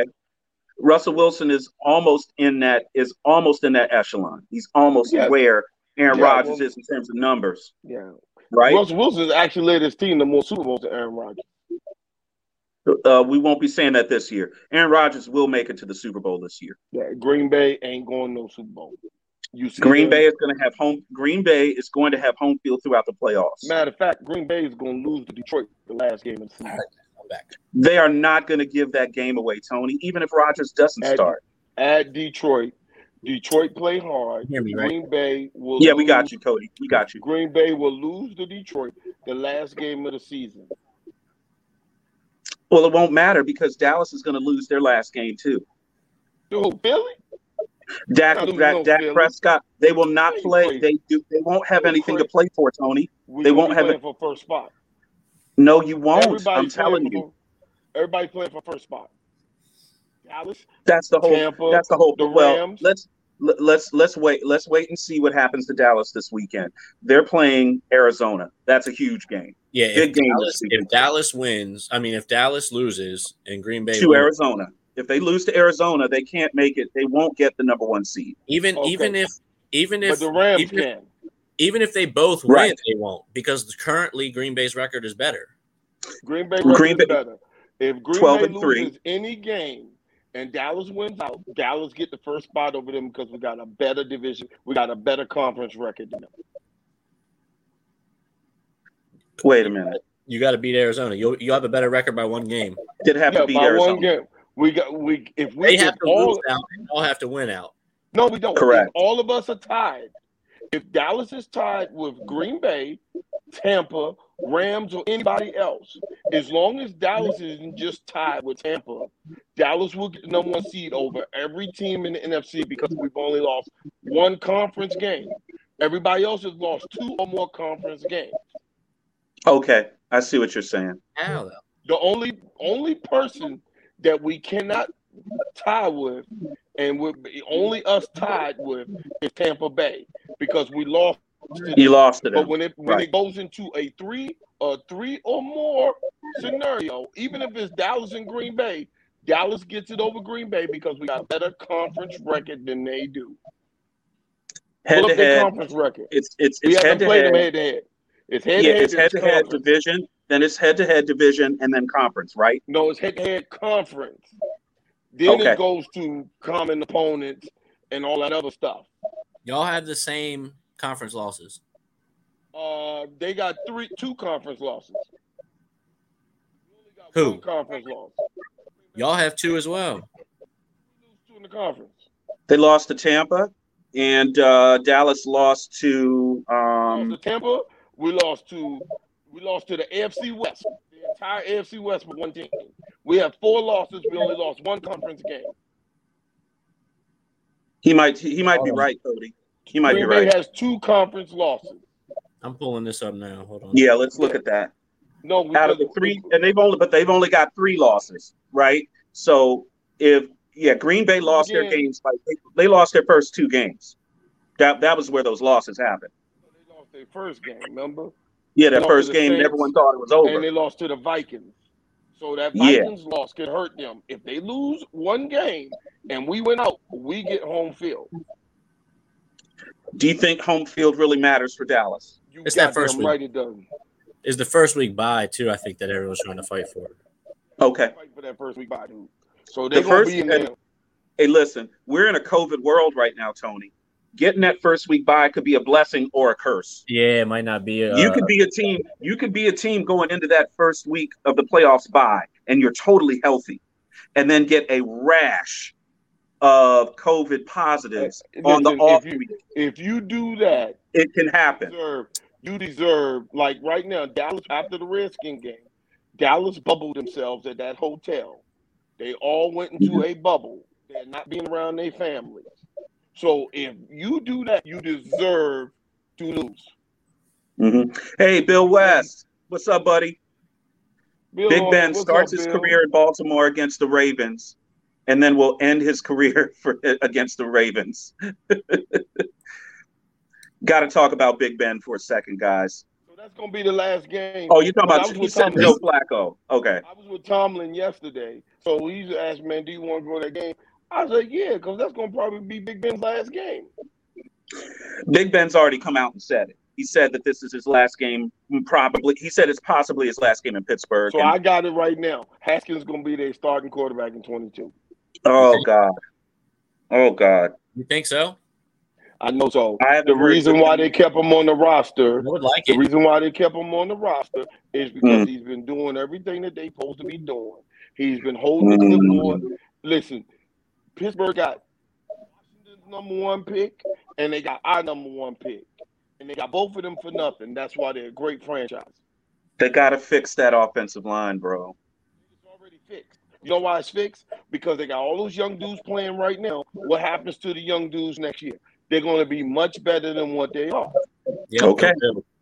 Speaker 1: Russell Wilson is almost in that is almost in that echelon. He's almost
Speaker 3: Yeah.
Speaker 1: where Aaron
Speaker 3: Yeah,
Speaker 1: Rodgers
Speaker 3: well-
Speaker 1: is in terms of numbers,
Speaker 3: Yeah.
Speaker 1: right?
Speaker 3: Russell Wilson's actually led his team to more Super Bowls than Aaron Rodgers.
Speaker 1: uh, we won't be saying that this year. Aaron Rodgers will make it to the Super Bowl this year.
Speaker 3: Yeah, Green Bay ain't going no Super Bowl. You see
Speaker 1: Green
Speaker 3: them-
Speaker 1: Bay is going to have home. Green Bay is going to have home field throughout the playoffs.
Speaker 3: Matter of fact, Green Bay is going to lose to Detroit the last game of the season.
Speaker 2: I'm back.
Speaker 1: They are not going to give that game away, Tony. Even if Rodgers doesn't
Speaker 3: At-
Speaker 1: start.
Speaker 3: At Detroit, Detroit play hard.
Speaker 2: You hear me, right?
Speaker 3: Green Bay will.
Speaker 1: Yeah, we got
Speaker 3: lose-
Speaker 1: you, Cody. We got you.
Speaker 3: Green Bay will lose to Detroit the last game of the season.
Speaker 1: Well, it won't matter because Dallas is going to lose their last game too.
Speaker 3: Dude, Philly?
Speaker 1: Dak,
Speaker 3: I don't know,
Speaker 1: Dak, Dak
Speaker 3: Philly.
Speaker 1: Prescott. They will not
Speaker 3: Hey,
Speaker 1: play.
Speaker 3: wait.
Speaker 1: They do. They won't have anything to play for, Tony.
Speaker 3: We
Speaker 1: They
Speaker 3: gonna
Speaker 1: won't
Speaker 3: be
Speaker 1: have
Speaker 3: playing for first spot.
Speaker 1: No, you won't.
Speaker 3: Everybody
Speaker 1: I'm telling
Speaker 3: playing
Speaker 1: you.
Speaker 3: For, everybody playing for first spot. Dallas,
Speaker 1: That's the whole.
Speaker 3: Tampa,
Speaker 1: That's the whole.
Speaker 3: the
Speaker 1: Well,
Speaker 3: Rams.
Speaker 1: let's let- let's let's wait. Let's wait and see what happens to Dallas this weekend. They're playing Arizona. That's a huge game
Speaker 2: Yeah, if
Speaker 1: Good game
Speaker 2: Dallas,
Speaker 1: this weekend.
Speaker 2: if Dallas wins, I mean, if Dallas loses and Green Bay
Speaker 1: to
Speaker 2: wins,
Speaker 1: Arizona. If they lose to Arizona, they can't make it. They won't get the number one seed.
Speaker 2: even
Speaker 3: Okay.
Speaker 2: even if even
Speaker 3: but
Speaker 2: if
Speaker 3: the Rams
Speaker 2: even if-
Speaker 3: can.
Speaker 2: even if they both win,
Speaker 1: Right.
Speaker 2: they won't because currently Green Bay's record is better.
Speaker 3: Green Bay
Speaker 1: Green
Speaker 3: Green
Speaker 1: Bay-
Speaker 3: better. If Green
Speaker 1: 12
Speaker 3: Bay
Speaker 1: and three.
Speaker 3: loses any game and Dallas wins out, Dallas get the first spot over them because we got a better division. We got a better conference record than them.
Speaker 1: Wait a minute.
Speaker 2: You got to beat Arizona. You'll you will have a better record by one game.
Speaker 1: Did have
Speaker 3: Yeah,
Speaker 1: to beat
Speaker 3: by
Speaker 1: Arizona.
Speaker 3: one game. We got we if we
Speaker 2: They
Speaker 3: if
Speaker 2: have to
Speaker 3: all
Speaker 2: lose out. They all have to win out.
Speaker 3: no we don't.
Speaker 1: Correct.
Speaker 3: If all of us are tied. If Dallas is tied with Green Bay, Tampa, Rams or anybody else. As long as Dallas isn't just tied with Tampa, Dallas will get the number one seed over every team in the NFC because we've only lost one conference game. Everybody else has lost two or more conference games.
Speaker 1: Okay, I see what you're saying.
Speaker 2: How though?
Speaker 3: The only only person that we cannot tie with, and we're only us tied with, is Tampa Bay because we lost. to
Speaker 1: You lost it.
Speaker 3: But when it when
Speaker 1: Right.
Speaker 3: it goes into a three or three or more scenario, even if it's Dallas and Green Bay, Dallas gets it over Green Bay because we got a better conference record than they do.
Speaker 1: Head
Speaker 3: Look
Speaker 1: to
Speaker 3: at their
Speaker 1: head,
Speaker 3: conference record.
Speaker 1: it's it's
Speaker 3: We
Speaker 1: it's
Speaker 3: haven't
Speaker 1: head to
Speaker 3: played them
Speaker 1: head.
Speaker 3: head to head. It's
Speaker 1: Yeah,
Speaker 3: head to head.
Speaker 1: it's head to head division. Then it's head to head division, and then conference, right?
Speaker 3: No, it's head to head conference. Then
Speaker 1: Okay.
Speaker 3: it goes to common opponents and all that other stuff.
Speaker 2: Y'all have the same conference losses.
Speaker 3: Uh, they got three, two conference losses. We only got
Speaker 2: Who?
Speaker 3: One conference loss.
Speaker 2: Y'all have two as well.
Speaker 3: We lose two in the conference.
Speaker 1: They lost to Tampa, and uh, Dallas lost to.
Speaker 3: Um,
Speaker 1: Um,
Speaker 3: lost to Tampa. We lost to we lost to the AFC West. The entire AFC West with one team. We have four losses. We only lost one conference game.
Speaker 1: he might he might be
Speaker 3: Oh.
Speaker 2: Um,
Speaker 1: right, Cody. He might be
Speaker 3: Green Bay
Speaker 1: right.
Speaker 3: has two conference losses.
Speaker 2: I'm pulling this up now. Hold on.
Speaker 1: Yeah, let's look at that.
Speaker 3: No, we
Speaker 1: Out of the three, and they've only but they've only got three losses, right? So if yeah, Green Bay lost their
Speaker 3: Again.
Speaker 1: games like they, they lost their first two games. That that was where those losses happened.
Speaker 3: They lost their first game. Remember?
Speaker 1: Yeah, that
Speaker 3: Lost to
Speaker 1: first
Speaker 3: the
Speaker 1: game,
Speaker 3: Saints,
Speaker 1: everyone thought it was
Speaker 3: and
Speaker 1: over.
Speaker 3: they lost to the Vikings. So that
Speaker 1: Yeah.
Speaker 3: Vikings loss could hurt them. If they lose one game and we win out, we get home field.
Speaker 1: Do you think home field really matters for Dallas?
Speaker 3: You
Speaker 2: It's that
Speaker 3: goddamn
Speaker 2: first week.
Speaker 3: right it doesn't.
Speaker 2: Is the first week bye too? I think that everyone's trying to fight for.
Speaker 1: Okay.
Speaker 3: Fight for that first week bye, dude. So they're
Speaker 1: The
Speaker 3: gonna
Speaker 1: first-
Speaker 3: be in there.
Speaker 1: Hey, listen, we're in a COVID world right now, Tony. Getting that first week by could be a blessing or a curse.
Speaker 2: Yeah, it might not be. uh, A,
Speaker 1: you could be a team. You could be a team going into that first week of the playoffs bye, and you're totally healthy, and then get a rash of COVID positives on the
Speaker 3: Listen,
Speaker 1: off
Speaker 3: if you-
Speaker 1: week.
Speaker 3: If you do that,
Speaker 1: It can
Speaker 3: you
Speaker 1: happen.
Speaker 3: deserve you deserve like right now, Dallas after the Redskin game, Dallas bubbled themselves at that hotel. They all went into
Speaker 1: Mm-hmm.
Speaker 3: a bubble. They're not being around their families. So if you do that, you deserve to lose.
Speaker 1: Mhm. Hey, Bill West, what's up, buddy?
Speaker 3: Bill,
Speaker 1: Big Ben
Speaker 3: what's
Speaker 1: starts
Speaker 3: up,
Speaker 1: his
Speaker 3: Bill?
Speaker 1: career in Baltimore against the Ravens, and then will end his career for against the Ravens. Got to talk about Big Ben for a second, guys.
Speaker 3: So that's gonna be the last game.
Speaker 1: Oh, you're talking
Speaker 3: But I
Speaker 1: about
Speaker 3: was
Speaker 1: he
Speaker 3: with
Speaker 1: said
Speaker 3: Tom
Speaker 1: Joe Flacco. Okay.
Speaker 3: I was with Tomlin yesterday, so he asked, "Man, do you want to go to that game?" I was like, "Yeah," because that's gonna probably be Big Ben's last game.
Speaker 1: Big Ben's already come out and said it. He said that this is his last game, probably. He said it's possibly his last game in Pittsburgh.
Speaker 3: So
Speaker 1: and-
Speaker 3: I got it right now. Haskins gonna be their starting quarterback in 22.
Speaker 1: oh God, oh God.
Speaker 2: You think so?
Speaker 3: I know so.
Speaker 1: I haven't
Speaker 3: The
Speaker 1: heard
Speaker 3: reason
Speaker 1: from
Speaker 3: why
Speaker 1: him.
Speaker 3: they kept him on the
Speaker 2: I
Speaker 3: roster,
Speaker 2: would like
Speaker 3: the
Speaker 2: it.
Speaker 3: reason why they kept him on the roster is because he's been doing everything that they supposed to be doing. He's been holding the clipboard. Listen, Pittsburgh got Washington's number one pick, and they got our number one pick, and they got both of them for nothing. That's why they're a great franchise.
Speaker 1: They got to fix that offensive line, bro.
Speaker 3: It's already fixed. You know why it's fixed? Because they got all those young dudes playing right now. What happens to the young dudes next year? They're going to be much better than what they are.
Speaker 2: Yep,
Speaker 1: Okay.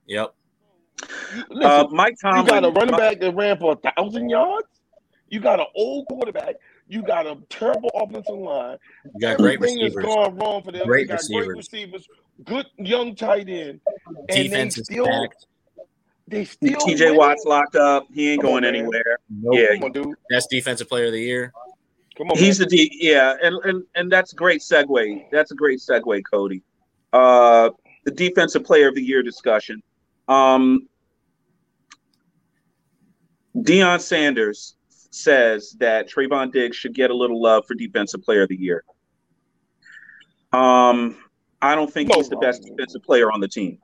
Speaker 2: Yep.
Speaker 3: You- Listen,
Speaker 1: Uh, Mike
Speaker 3: you
Speaker 1: Tomlin.
Speaker 3: got a running back that ran for a thousand yards. You got an old quarterback. You got a terrible offensive line.
Speaker 2: You got great
Speaker 3: Everything
Speaker 2: receivers.
Speaker 3: has gone wrong for them.
Speaker 2: Great
Speaker 3: they got great
Speaker 2: receivers.
Speaker 3: receivers, good young tight end, and they
Speaker 2: Defense is
Speaker 3: still
Speaker 2: stacked.
Speaker 3: they still
Speaker 1: T.J.
Speaker 3: winning?
Speaker 1: Watt's locked up. He ain't
Speaker 3: Come on,
Speaker 1: going
Speaker 3: man.
Speaker 1: anywhere.
Speaker 2: Nope.
Speaker 1: Yeah.
Speaker 3: Come on, dude.
Speaker 2: Best defensive player of the year.
Speaker 3: Come on.
Speaker 1: He's
Speaker 3: man.
Speaker 1: the D. Yeah, and and and that's a great segue. That's a great segue, Cody. Uh, the defensive player of the year discussion. Um, Deion Sanders says that Trayvon Diggs should get a little love for defensive player of the year. Um, I don't think
Speaker 3: No,
Speaker 1: he's the best
Speaker 3: Robert.
Speaker 1: defensive player on the team.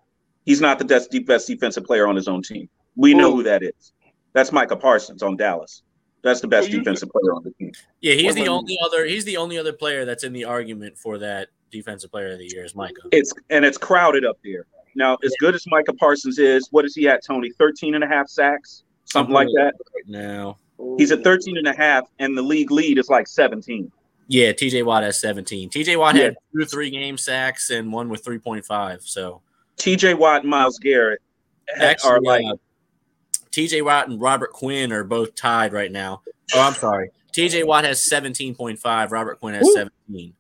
Speaker 1: He's not the best, de- best defensive player on his own team. We know
Speaker 3: Who?
Speaker 1: who that is. That's Micah Parsons on Dallas. That's the best
Speaker 3: So you-
Speaker 1: defensive player on the team.
Speaker 2: Yeah, he's
Speaker 3: Wait,
Speaker 2: the
Speaker 3: wait,
Speaker 2: only other. He's the only other player that's in the argument for that defensive player of the year is Micah.
Speaker 1: It's and it's crowded up there. Now, as good as Micah Parsons is, what is he at, Tony? 13 and a half sacks, something like that.
Speaker 2: right now.
Speaker 1: He's at 13 and a half, and the league lead is like 17.
Speaker 2: Yeah, TJ Watt has 17. TJ Watt
Speaker 1: Yeah.
Speaker 2: had two, three game sacks and one with 3.5. So
Speaker 1: TJ Watt and Miles Garrett ha- are
Speaker 2: actually,
Speaker 1: like,
Speaker 2: uh, TJ Watt and Robert Quinn are both tied right now. Oh, I'm sorry. TJ Watt has 17.5. Robert Quinn has
Speaker 3: Woo.
Speaker 2: 17.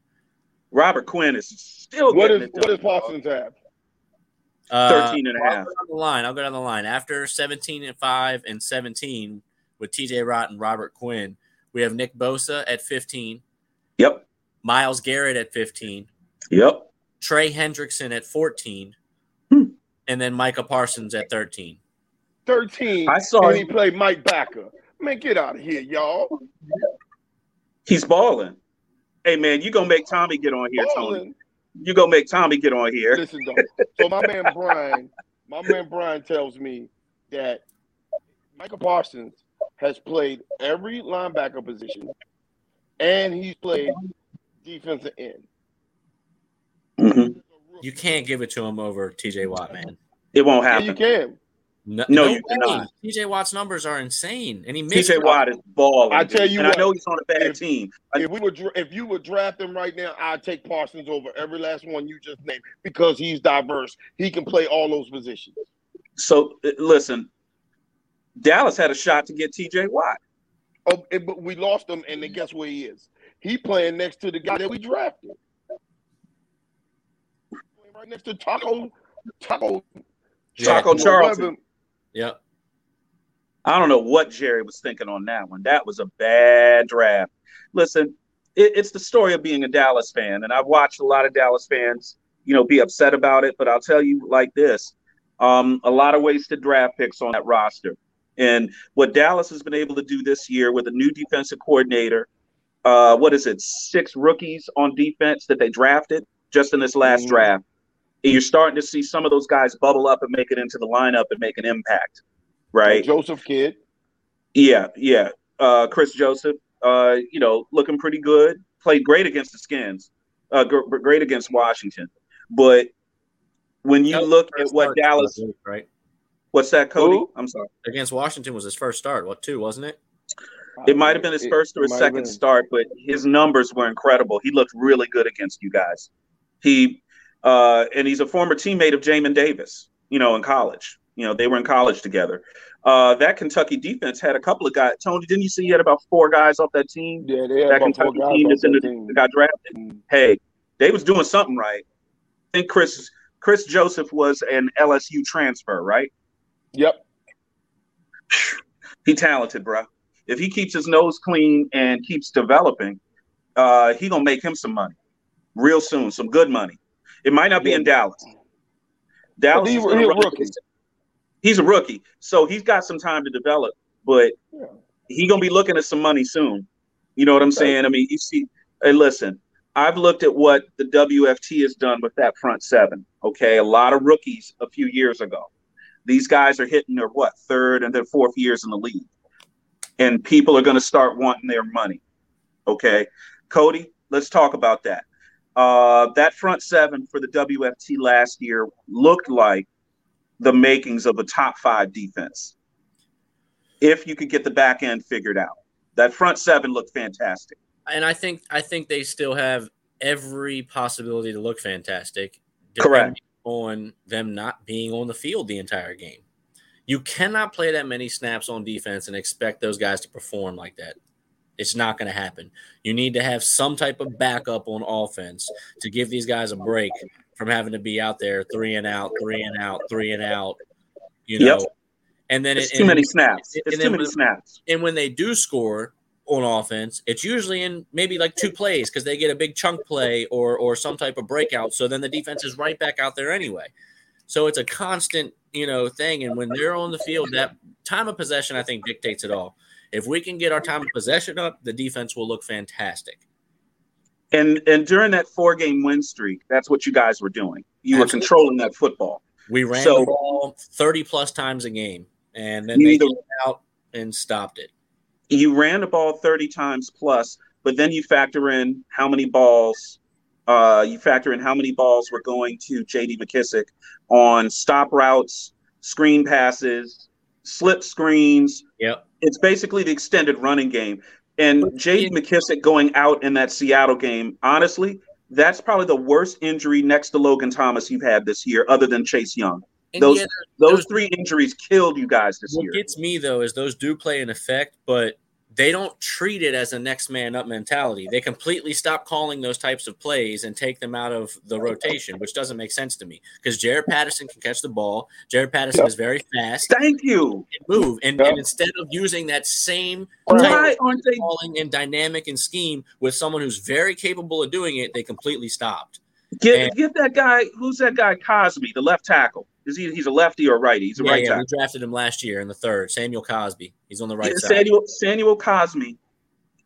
Speaker 1: Robert Quinn is still
Speaker 3: What
Speaker 1: getting
Speaker 3: is
Speaker 1: it
Speaker 3: what
Speaker 1: done,
Speaker 3: does Parsons have?
Speaker 2: Uh,
Speaker 1: 13 and a
Speaker 2: I'll
Speaker 1: half.
Speaker 2: go down the line. I'll go down the line. After 17 and 5 and 17 with TJ Watt and Robert Quinn, we have Nick Bosa at 15,
Speaker 1: Yep.
Speaker 2: Miles Garrett at 15,
Speaker 1: Yep.
Speaker 2: Trey Hendrickson at 14,
Speaker 1: Hmm.
Speaker 2: and then Micah Parsons at 13.
Speaker 3: Thirteen.
Speaker 1: I saw
Speaker 3: and he
Speaker 1: him.
Speaker 3: played Mike Backer. Man, get out of here, y'all.
Speaker 1: He's balling. Hey, man, you going to make Tommy get on here, Tony.
Speaker 3: Ballin'.
Speaker 1: You going to make Tommy get on here.
Speaker 3: Listen, though. So my man Brian, my man Brian tells me that Michael Parsons has played every linebacker position, and he's played defensive end.
Speaker 1: Mhm.
Speaker 2: You can't give it to him over TJ Watt, man.
Speaker 1: It won't
Speaker 3: Yeah, you
Speaker 1: happen.
Speaker 3: can.
Speaker 2: No,
Speaker 1: No,
Speaker 2: no
Speaker 1: you
Speaker 2: way.
Speaker 1: cannot.
Speaker 2: TJ Watt's numbers are insane, and he missed.
Speaker 1: TJ Watt is balling.
Speaker 3: I tell
Speaker 1: dude.
Speaker 3: you
Speaker 1: and
Speaker 3: what,
Speaker 1: I know he's on a bad
Speaker 3: if-
Speaker 1: team. I-
Speaker 3: If we were, dra- if you were drafting right now, I'd take Parsons over every last one you just named because he's diverse. He can play all those positions.
Speaker 1: So uh, listen, Dallas had a shot to get TJ Watt.
Speaker 3: Oh, eh, but we lost him, and then guess where he is? He playing next to the guy that we drafted. Playing Right next to Taco, Taco,
Speaker 2: Yeah.
Speaker 1: Taco Charlton.
Speaker 3: Eleven.
Speaker 2: Yep.
Speaker 1: I don't know what Jerry was thinking on that one. That was a bad draft. Listen, it, it's the story of being a Dallas fan, and I've watched a lot of Dallas fans, you know, be upset about it. But I'll tell you like this: um, a lot of wasted draft picks on that roster. And what Dallas has been able to do this year with a new defensive coordinator, uh, what is it? Six rookies on defense that they drafted just in this last
Speaker 3: Mhm.
Speaker 1: draft. And you're starting to see some of those guys bubble up and make it into the lineup and make an impact, right?
Speaker 3: Joseph Kidd.
Speaker 1: Yeah, yeah. Uh, Chris Joseph, uh, you know, looking pretty good. Played great against the Skins. Uh, gr- great against Washington. But when you
Speaker 2: That was
Speaker 1: look
Speaker 2: his
Speaker 1: at
Speaker 2: first
Speaker 1: what
Speaker 2: start,
Speaker 1: Dallas,
Speaker 2: right
Speaker 1: what's that, Cody?
Speaker 3: Who?
Speaker 1: I'm sorry.
Speaker 2: against Washington was his first start. What two wasn't it?
Speaker 1: It might have been his
Speaker 3: It-
Speaker 1: first or
Speaker 3: it
Speaker 1: his
Speaker 3: might have
Speaker 1: second
Speaker 3: been.
Speaker 1: start, but his numbers were incredible. He looked really good against you guys. He uh, and he's a former teammate of Jamin Davis. You know, in college. You know, they were in college together. Uh, that Kentucky defense had a couple of guys. Tony, didn't you see he had about four guys off that team?
Speaker 3: Yeah, they had
Speaker 1: that
Speaker 3: about four
Speaker 1: Kentucky
Speaker 3: guys
Speaker 1: team
Speaker 3: on
Speaker 1: that's in
Speaker 3: that
Speaker 1: the,
Speaker 3: team.
Speaker 1: that got drafted.
Speaker 3: Mm.
Speaker 1: Hey, they was doing something right. I think Chris Chris Joseph was an LSU transfer, right?
Speaker 3: Yep.
Speaker 1: He talented, bro. If he keeps his nose clean and keeps developing, uh, he gonna make him some money real soon, some good money. It might not be in Dallas. Dallas
Speaker 3: But he-
Speaker 1: is gonna
Speaker 3: he a
Speaker 1: run-
Speaker 3: rookie.
Speaker 1: He's a rookie, so he's got some time to develop, but
Speaker 3: Yeah.
Speaker 1: he gonna be looking at some money soon. You know what I'm saying? I mean, you see, hey, listen, I've looked at what the WFT has done with that front seven. Okay, a lot of rookies a few years ago. These guys are hitting their what third and their fourth years in the league, and people are going to start wanting their money. Okay, Cody, let's talk about that. Uh, that front seven for the WFT last year looked like the makings of a top five defense. If you could get the back end figured out, that front seven looked fantastic.
Speaker 2: And I think I think they still have every possibility to look fantastic.
Speaker 1: Correct.
Speaker 2: depending On them not being on the field the entire game, you cannot play that many snaps on defense and expect those guys to perform like that. It's not going to happen. You need to have some type of backup on offense to give these guys a break from having to be out there three and out, three and out, three and out. You know,
Speaker 1: Yep.
Speaker 2: and then
Speaker 1: It's
Speaker 2: it-
Speaker 1: too
Speaker 2: and-
Speaker 1: many snaps.
Speaker 2: and
Speaker 1: It's
Speaker 2: then
Speaker 1: too many
Speaker 2: when-
Speaker 1: snaps.
Speaker 2: and when they do score on offense, it's usually in maybe like two plays because they get a big chunk play or or some type of breakout. So then the defense is right back out there anyway. So it's a constant, you know, thing. And when they're on the field, that time of possession I think dictates it all. If we can get our time of possession up, the defense will look fantastic.
Speaker 1: And and during that four game win streak, that's what you guys were doing. You were
Speaker 2: Absolutely.
Speaker 1: controlling that football.
Speaker 2: We ran
Speaker 1: So-
Speaker 2: the ball thirty plus times a game, and then
Speaker 1: You
Speaker 2: they
Speaker 1: either-
Speaker 2: came out and stopped it.
Speaker 1: You ran the ball thirty times plus, but then you factor in how many balls Uh, you factor in how many balls were going to J.D. McKissick on stop routes, screen passes, slip screens.
Speaker 2: Yep.
Speaker 1: It's basically the extended running game. And J.D. McKissick going out in that Seattle game, honestly, that's probably the worst injury next to Logan Thomas you've had this year, other than Chase Young.
Speaker 2: And
Speaker 1: Those
Speaker 2: yeah,
Speaker 1: those,
Speaker 2: those-
Speaker 1: three injuries killed you guys this
Speaker 2: what
Speaker 1: year.
Speaker 2: gets me though is those do play an effect, but they don't treat it as a next man up mentality. They completely stop calling those types of plays and take them out of the rotation, which doesn't make sense to me because Jared Patterson can catch the ball. Jared Patterson
Speaker 3: Yeah.
Speaker 2: is very fast
Speaker 1: Thank you.
Speaker 2: and move, and,
Speaker 3: Yeah.
Speaker 2: and instead of using that same
Speaker 1: Why
Speaker 2: type
Speaker 1: aren't
Speaker 2: of
Speaker 1: they?
Speaker 2: calling and dynamic and scheme with someone who's very capable of doing it, they completely stopped.
Speaker 1: Get,
Speaker 2: And-
Speaker 1: get that guy. Who's that guy? Cosby, the left tackle. Is he? He's a lefty or righty? He's a
Speaker 2: Yeah,
Speaker 1: right
Speaker 2: yeah, we
Speaker 1: tackle.
Speaker 2: drafted him last year in the third, Samuel Cosby. He's on the right side.
Speaker 1: Samuel Samuel Cosme.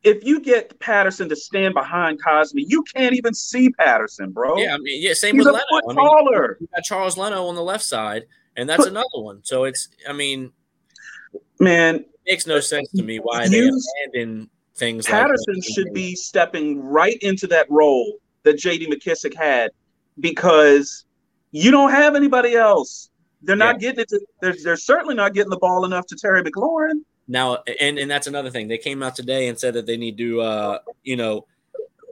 Speaker 1: If you get Patterson to stand behind Cosme, you can't even see Patterson, bro.
Speaker 2: Yeah, I mean, yeah, same
Speaker 1: he's
Speaker 2: with
Speaker 1: a
Speaker 2: Leno.
Speaker 1: foot
Speaker 2: I mean,
Speaker 1: taller.
Speaker 2: you got Charles Leno on the left side, and that's another one. So it's, I mean,
Speaker 1: Man,
Speaker 2: it makes no sense to me why they
Speaker 1: Use-
Speaker 2: abandon things. like
Speaker 1: Patterson
Speaker 2: that.
Speaker 1: should be stepping right into that role that J.D. McKissick had because you don't have anybody else. They're not getting it. To, they're, they're certainly not getting the ball enough to Terry McLaurin.
Speaker 2: now, and and that's another thing. They came out today and said that they need to, uh, you know,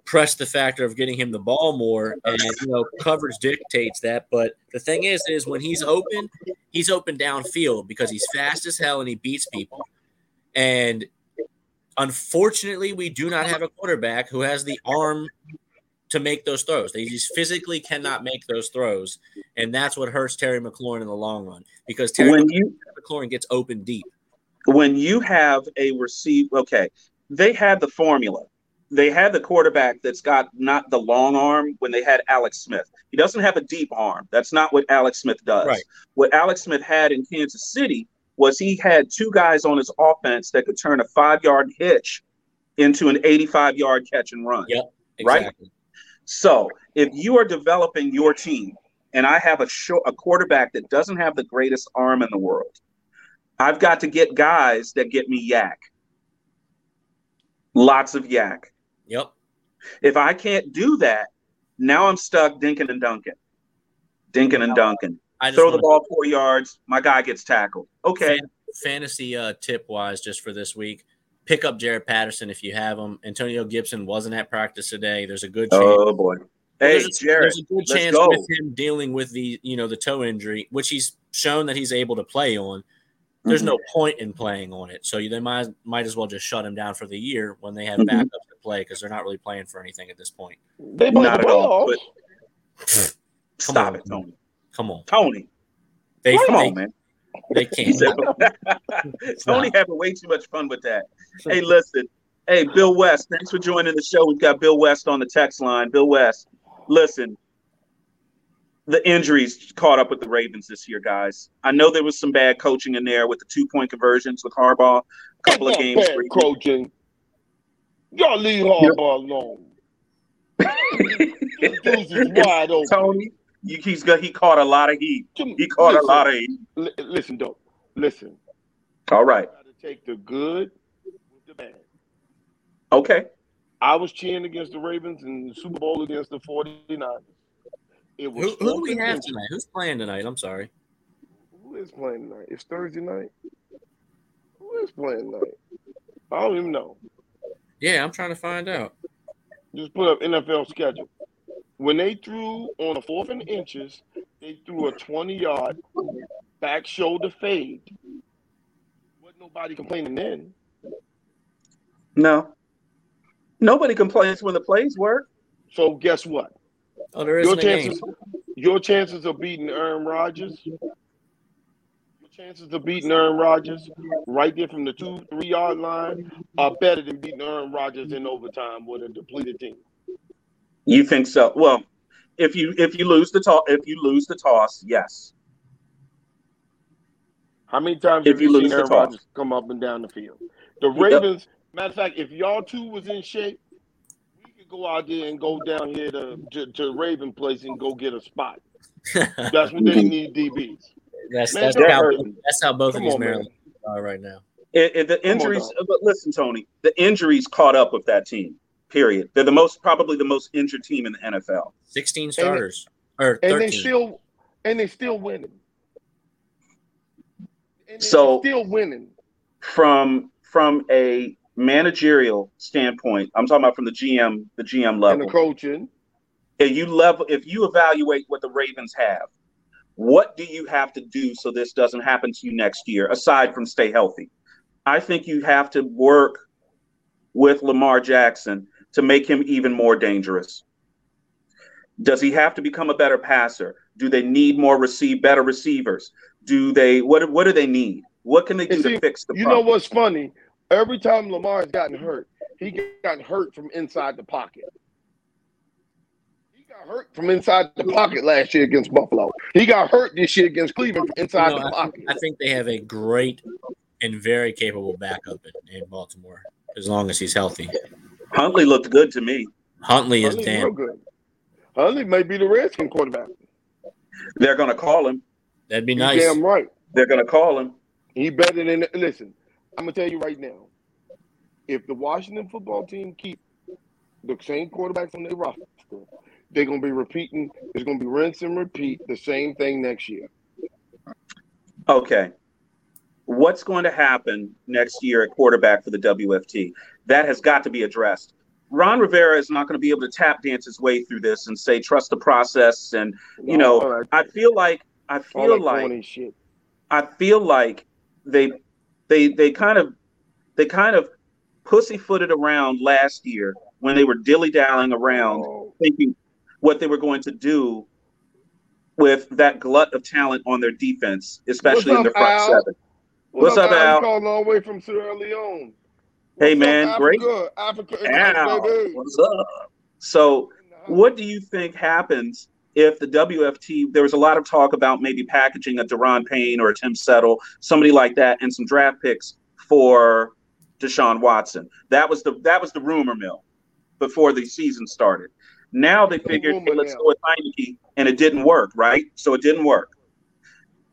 Speaker 2: press the factor of getting him the ball more, and you know, coverage dictates that. But the thing is, is when he's open, he's open downfield because he's fast as hell and he beats people. And unfortunately, we do not have a quarterback who has the arm to make those throws. They just physically cannot make those throws, and that's what hurts Terry McLaurin in the long run because Terry
Speaker 1: When you
Speaker 2: McLaurin gets open deep.
Speaker 1: when you have a receive okay they had the formula they had the quarterback that's got not the long arm when they had alex smith he doesn't have a deep arm that's not what alex smith does
Speaker 2: Right.
Speaker 1: what alex smith had in kansas city was he had two guys on his offense that could turn a five yard hitch into an 85 yard catch and run
Speaker 2: Yep.
Speaker 1: Right. so if you are developing your team, and I have a short, a quarterback that doesn't have the greatest arm in the world, I've got to get guys that get me yak. Lots of yak.
Speaker 2: Yep.
Speaker 1: If I can't do that, now I'm stuck dinking and dunking. Dinking and dunking.
Speaker 2: I just
Speaker 1: Throw the
Speaker 2: wanna-
Speaker 1: ball four yards. My guy gets tackled. Okay.
Speaker 2: Fan- fantasy uh, tip wise, just for this week, pick up Jared Patterson if you have him. Antonio Gibson wasn't at practice today. There's a good chance.
Speaker 1: Oh boy. Hey,
Speaker 2: there's, a,
Speaker 1: Jared.
Speaker 2: there's a good
Speaker 1: let's
Speaker 2: chance
Speaker 1: go.
Speaker 2: with him dealing with the you know the toe injury, which he's shown that he's able to play on. There's no
Speaker 1: Mm-hmm.
Speaker 2: point in playing on it, so you, they might might as well just shut him down for the year when they have
Speaker 1: Mhm.
Speaker 2: backups to play because they're not really playing for anything at this point.
Speaker 3: They play
Speaker 1: Not
Speaker 3: the
Speaker 1: at all,
Speaker 3: playoffs.
Speaker 2: Come
Speaker 1: Stop
Speaker 2: on.
Speaker 1: it, Tony.
Speaker 2: Come on,
Speaker 1: Tony,
Speaker 2: they
Speaker 1: come
Speaker 2: they,
Speaker 1: on, man.
Speaker 2: they
Speaker 1: He
Speaker 2: can't.
Speaker 1: said, Tony having way too much fun with that. Hey, listen. Hey, Bill West, thanks for joining the show. We've got Bill West on the text line. Bill West, listen. The injuries caught up with the Ravens this year, guys. I know there was some bad coaching in there with the two point conversions with Harbaugh, a couple of
Speaker 3: That's
Speaker 1: games.
Speaker 3: bad coaching. Y'all leave Harbaugh alone. This dude's is wide open.
Speaker 1: Tony, you- he's got, he caught a lot of heat.
Speaker 3: Jim,
Speaker 1: He caught a
Speaker 3: listen,
Speaker 1: lot of heat.
Speaker 3: li- listen, though. Listen,
Speaker 1: All right.
Speaker 3: got to take the good with the bad.
Speaker 1: Okay.
Speaker 3: I was cheering against the Ravens in the Super Bowl against the 49ers. It was
Speaker 2: Who, who do we
Speaker 3: fourth and
Speaker 2: have
Speaker 3: inches.
Speaker 2: tonight? Who's playing tonight? I'm sorry.
Speaker 3: Who is playing tonight? It's Thursday night. Who is playing tonight? I don't even know.
Speaker 2: Yeah, I'm trying to find out.
Speaker 3: Just put up NFL schedule. When they threw on a fourth and inches, they threw a 20 yard back shoulder fade. Wasn't nobody complaining then.
Speaker 1: No. Nobody complains when the plays work.
Speaker 3: So guess what?
Speaker 2: Oh, there
Speaker 3: Your
Speaker 2: isn't a game.
Speaker 3: chances, your chances of beating Aaron Rodgers, your chances of beating Aaron Rodgers right there from the two, three yard line are better than beating Aaron Rodgers in overtime with a depleted team.
Speaker 1: You think so? Well, if you if you lose the toss, if you lose the toss, yes.
Speaker 3: How many times
Speaker 1: If
Speaker 3: have
Speaker 1: you
Speaker 3: you
Speaker 1: lose
Speaker 3: seen
Speaker 1: the
Speaker 3: Aaron
Speaker 1: toss.
Speaker 3: Rodgers come up and down the field? The
Speaker 1: Yep.
Speaker 3: Ravens, matter of fact, if y'all two was in shape, we could go out there and go down here to, to, to Raven place and go get a spot.
Speaker 2: that's
Speaker 3: That's what they need DBs.
Speaker 2: that's,
Speaker 3: Man,
Speaker 1: that
Speaker 2: how,
Speaker 1: hurt
Speaker 3: me.
Speaker 2: that's how both
Speaker 3: Come
Speaker 2: of these
Speaker 3: on, man.
Speaker 2: Maryland are right now.
Speaker 1: It, it- the
Speaker 3: Come on,
Speaker 1: injuries,
Speaker 3: dog.
Speaker 1: but listen, Tony, the injuries caught up with that team. Period. They're the most probably the most injured team in the NFL.
Speaker 2: 16 starters or 13.
Speaker 3: and they still and they still winning. And they
Speaker 1: So-
Speaker 3: still winning.
Speaker 1: From from a managerial standpoint, I'm talking about from the GM the GM
Speaker 3: And
Speaker 1: level.
Speaker 3: the coaching.
Speaker 1: if you level if you evaluate what the Ravens have, what do you have to do so this doesn't happen to you next year aside from stay healthy? I think you have to work with Lamar Jackson to make him even more dangerous. Does he have to become a better passer? Do they need more receive better receivers? Do they what what do they need? What can they do
Speaker 3: And see,
Speaker 1: to fix the
Speaker 3: You know
Speaker 1: problem?
Speaker 3: what's funny? Every time Lamar's gotten hurt, he got hurt from inside the pocket. He got hurt from inside the pocket last year against Buffalo. He got hurt this year against Cleveland from inside
Speaker 2: No,
Speaker 3: the pocket.
Speaker 2: I think they have a great and very capable backup in, in Baltimore as long as he's healthy.
Speaker 1: Huntley looked good to me.
Speaker 2: Huntley is
Speaker 3: Huntley's
Speaker 2: damn.
Speaker 3: real good. Huntley may be the Redskin quarterback.
Speaker 1: They're gonna call him.
Speaker 2: That'd be
Speaker 3: You
Speaker 2: nice.
Speaker 3: damn right.
Speaker 1: They're gonna call him.
Speaker 3: He better than listen. I'm gonna tell you right now. If the Washington football team keep the same quarterbacks on their roster, they're gonna be repeating. It's gonna be rinse and repeat the same thing next year.
Speaker 1: Okay. What's going to happen next year at quarterback for the WFT? That has got to be addressed. Ron Rivera is not going to be able to tap dance his way throrough this and say trust the process. And you know,
Speaker 3: all that,
Speaker 1: I feel like I
Speaker 3: all
Speaker 1: feel
Speaker 3: that
Speaker 1: like
Speaker 3: corny shit.
Speaker 1: I feel like they they they kind of they kind of pussyfooted around last year when they were dilly dallying around
Speaker 3: Oh,
Speaker 1: thinking what they were going to do with that glut of talent on their defense, especially in
Speaker 3: What's
Speaker 1: their
Speaker 3: up,
Speaker 1: front
Speaker 3: Al?
Speaker 1: seven. What's up,
Speaker 3: Al?
Speaker 1: Al?
Speaker 3: You Calling all the way from Sierra Leone.
Speaker 1: Hey,
Speaker 3: What's up,
Speaker 1: man, great.
Speaker 3: Africa, Africa,
Speaker 1: Ow,
Speaker 3: baby.
Speaker 1: what's up? So, what do you think happens if the WFT? There was a lot of talk about maybe packaging a Deron Payne or a Tim Settle, somebody like that, and some draft picks for Deshaun Watson. That was the that was the rumor mill before the season started. Now they figured, hey,
Speaker 3: rumor
Speaker 1: let's
Speaker 3: mill.
Speaker 1: go with Heineke, and it didn't work, right? So it didn't work.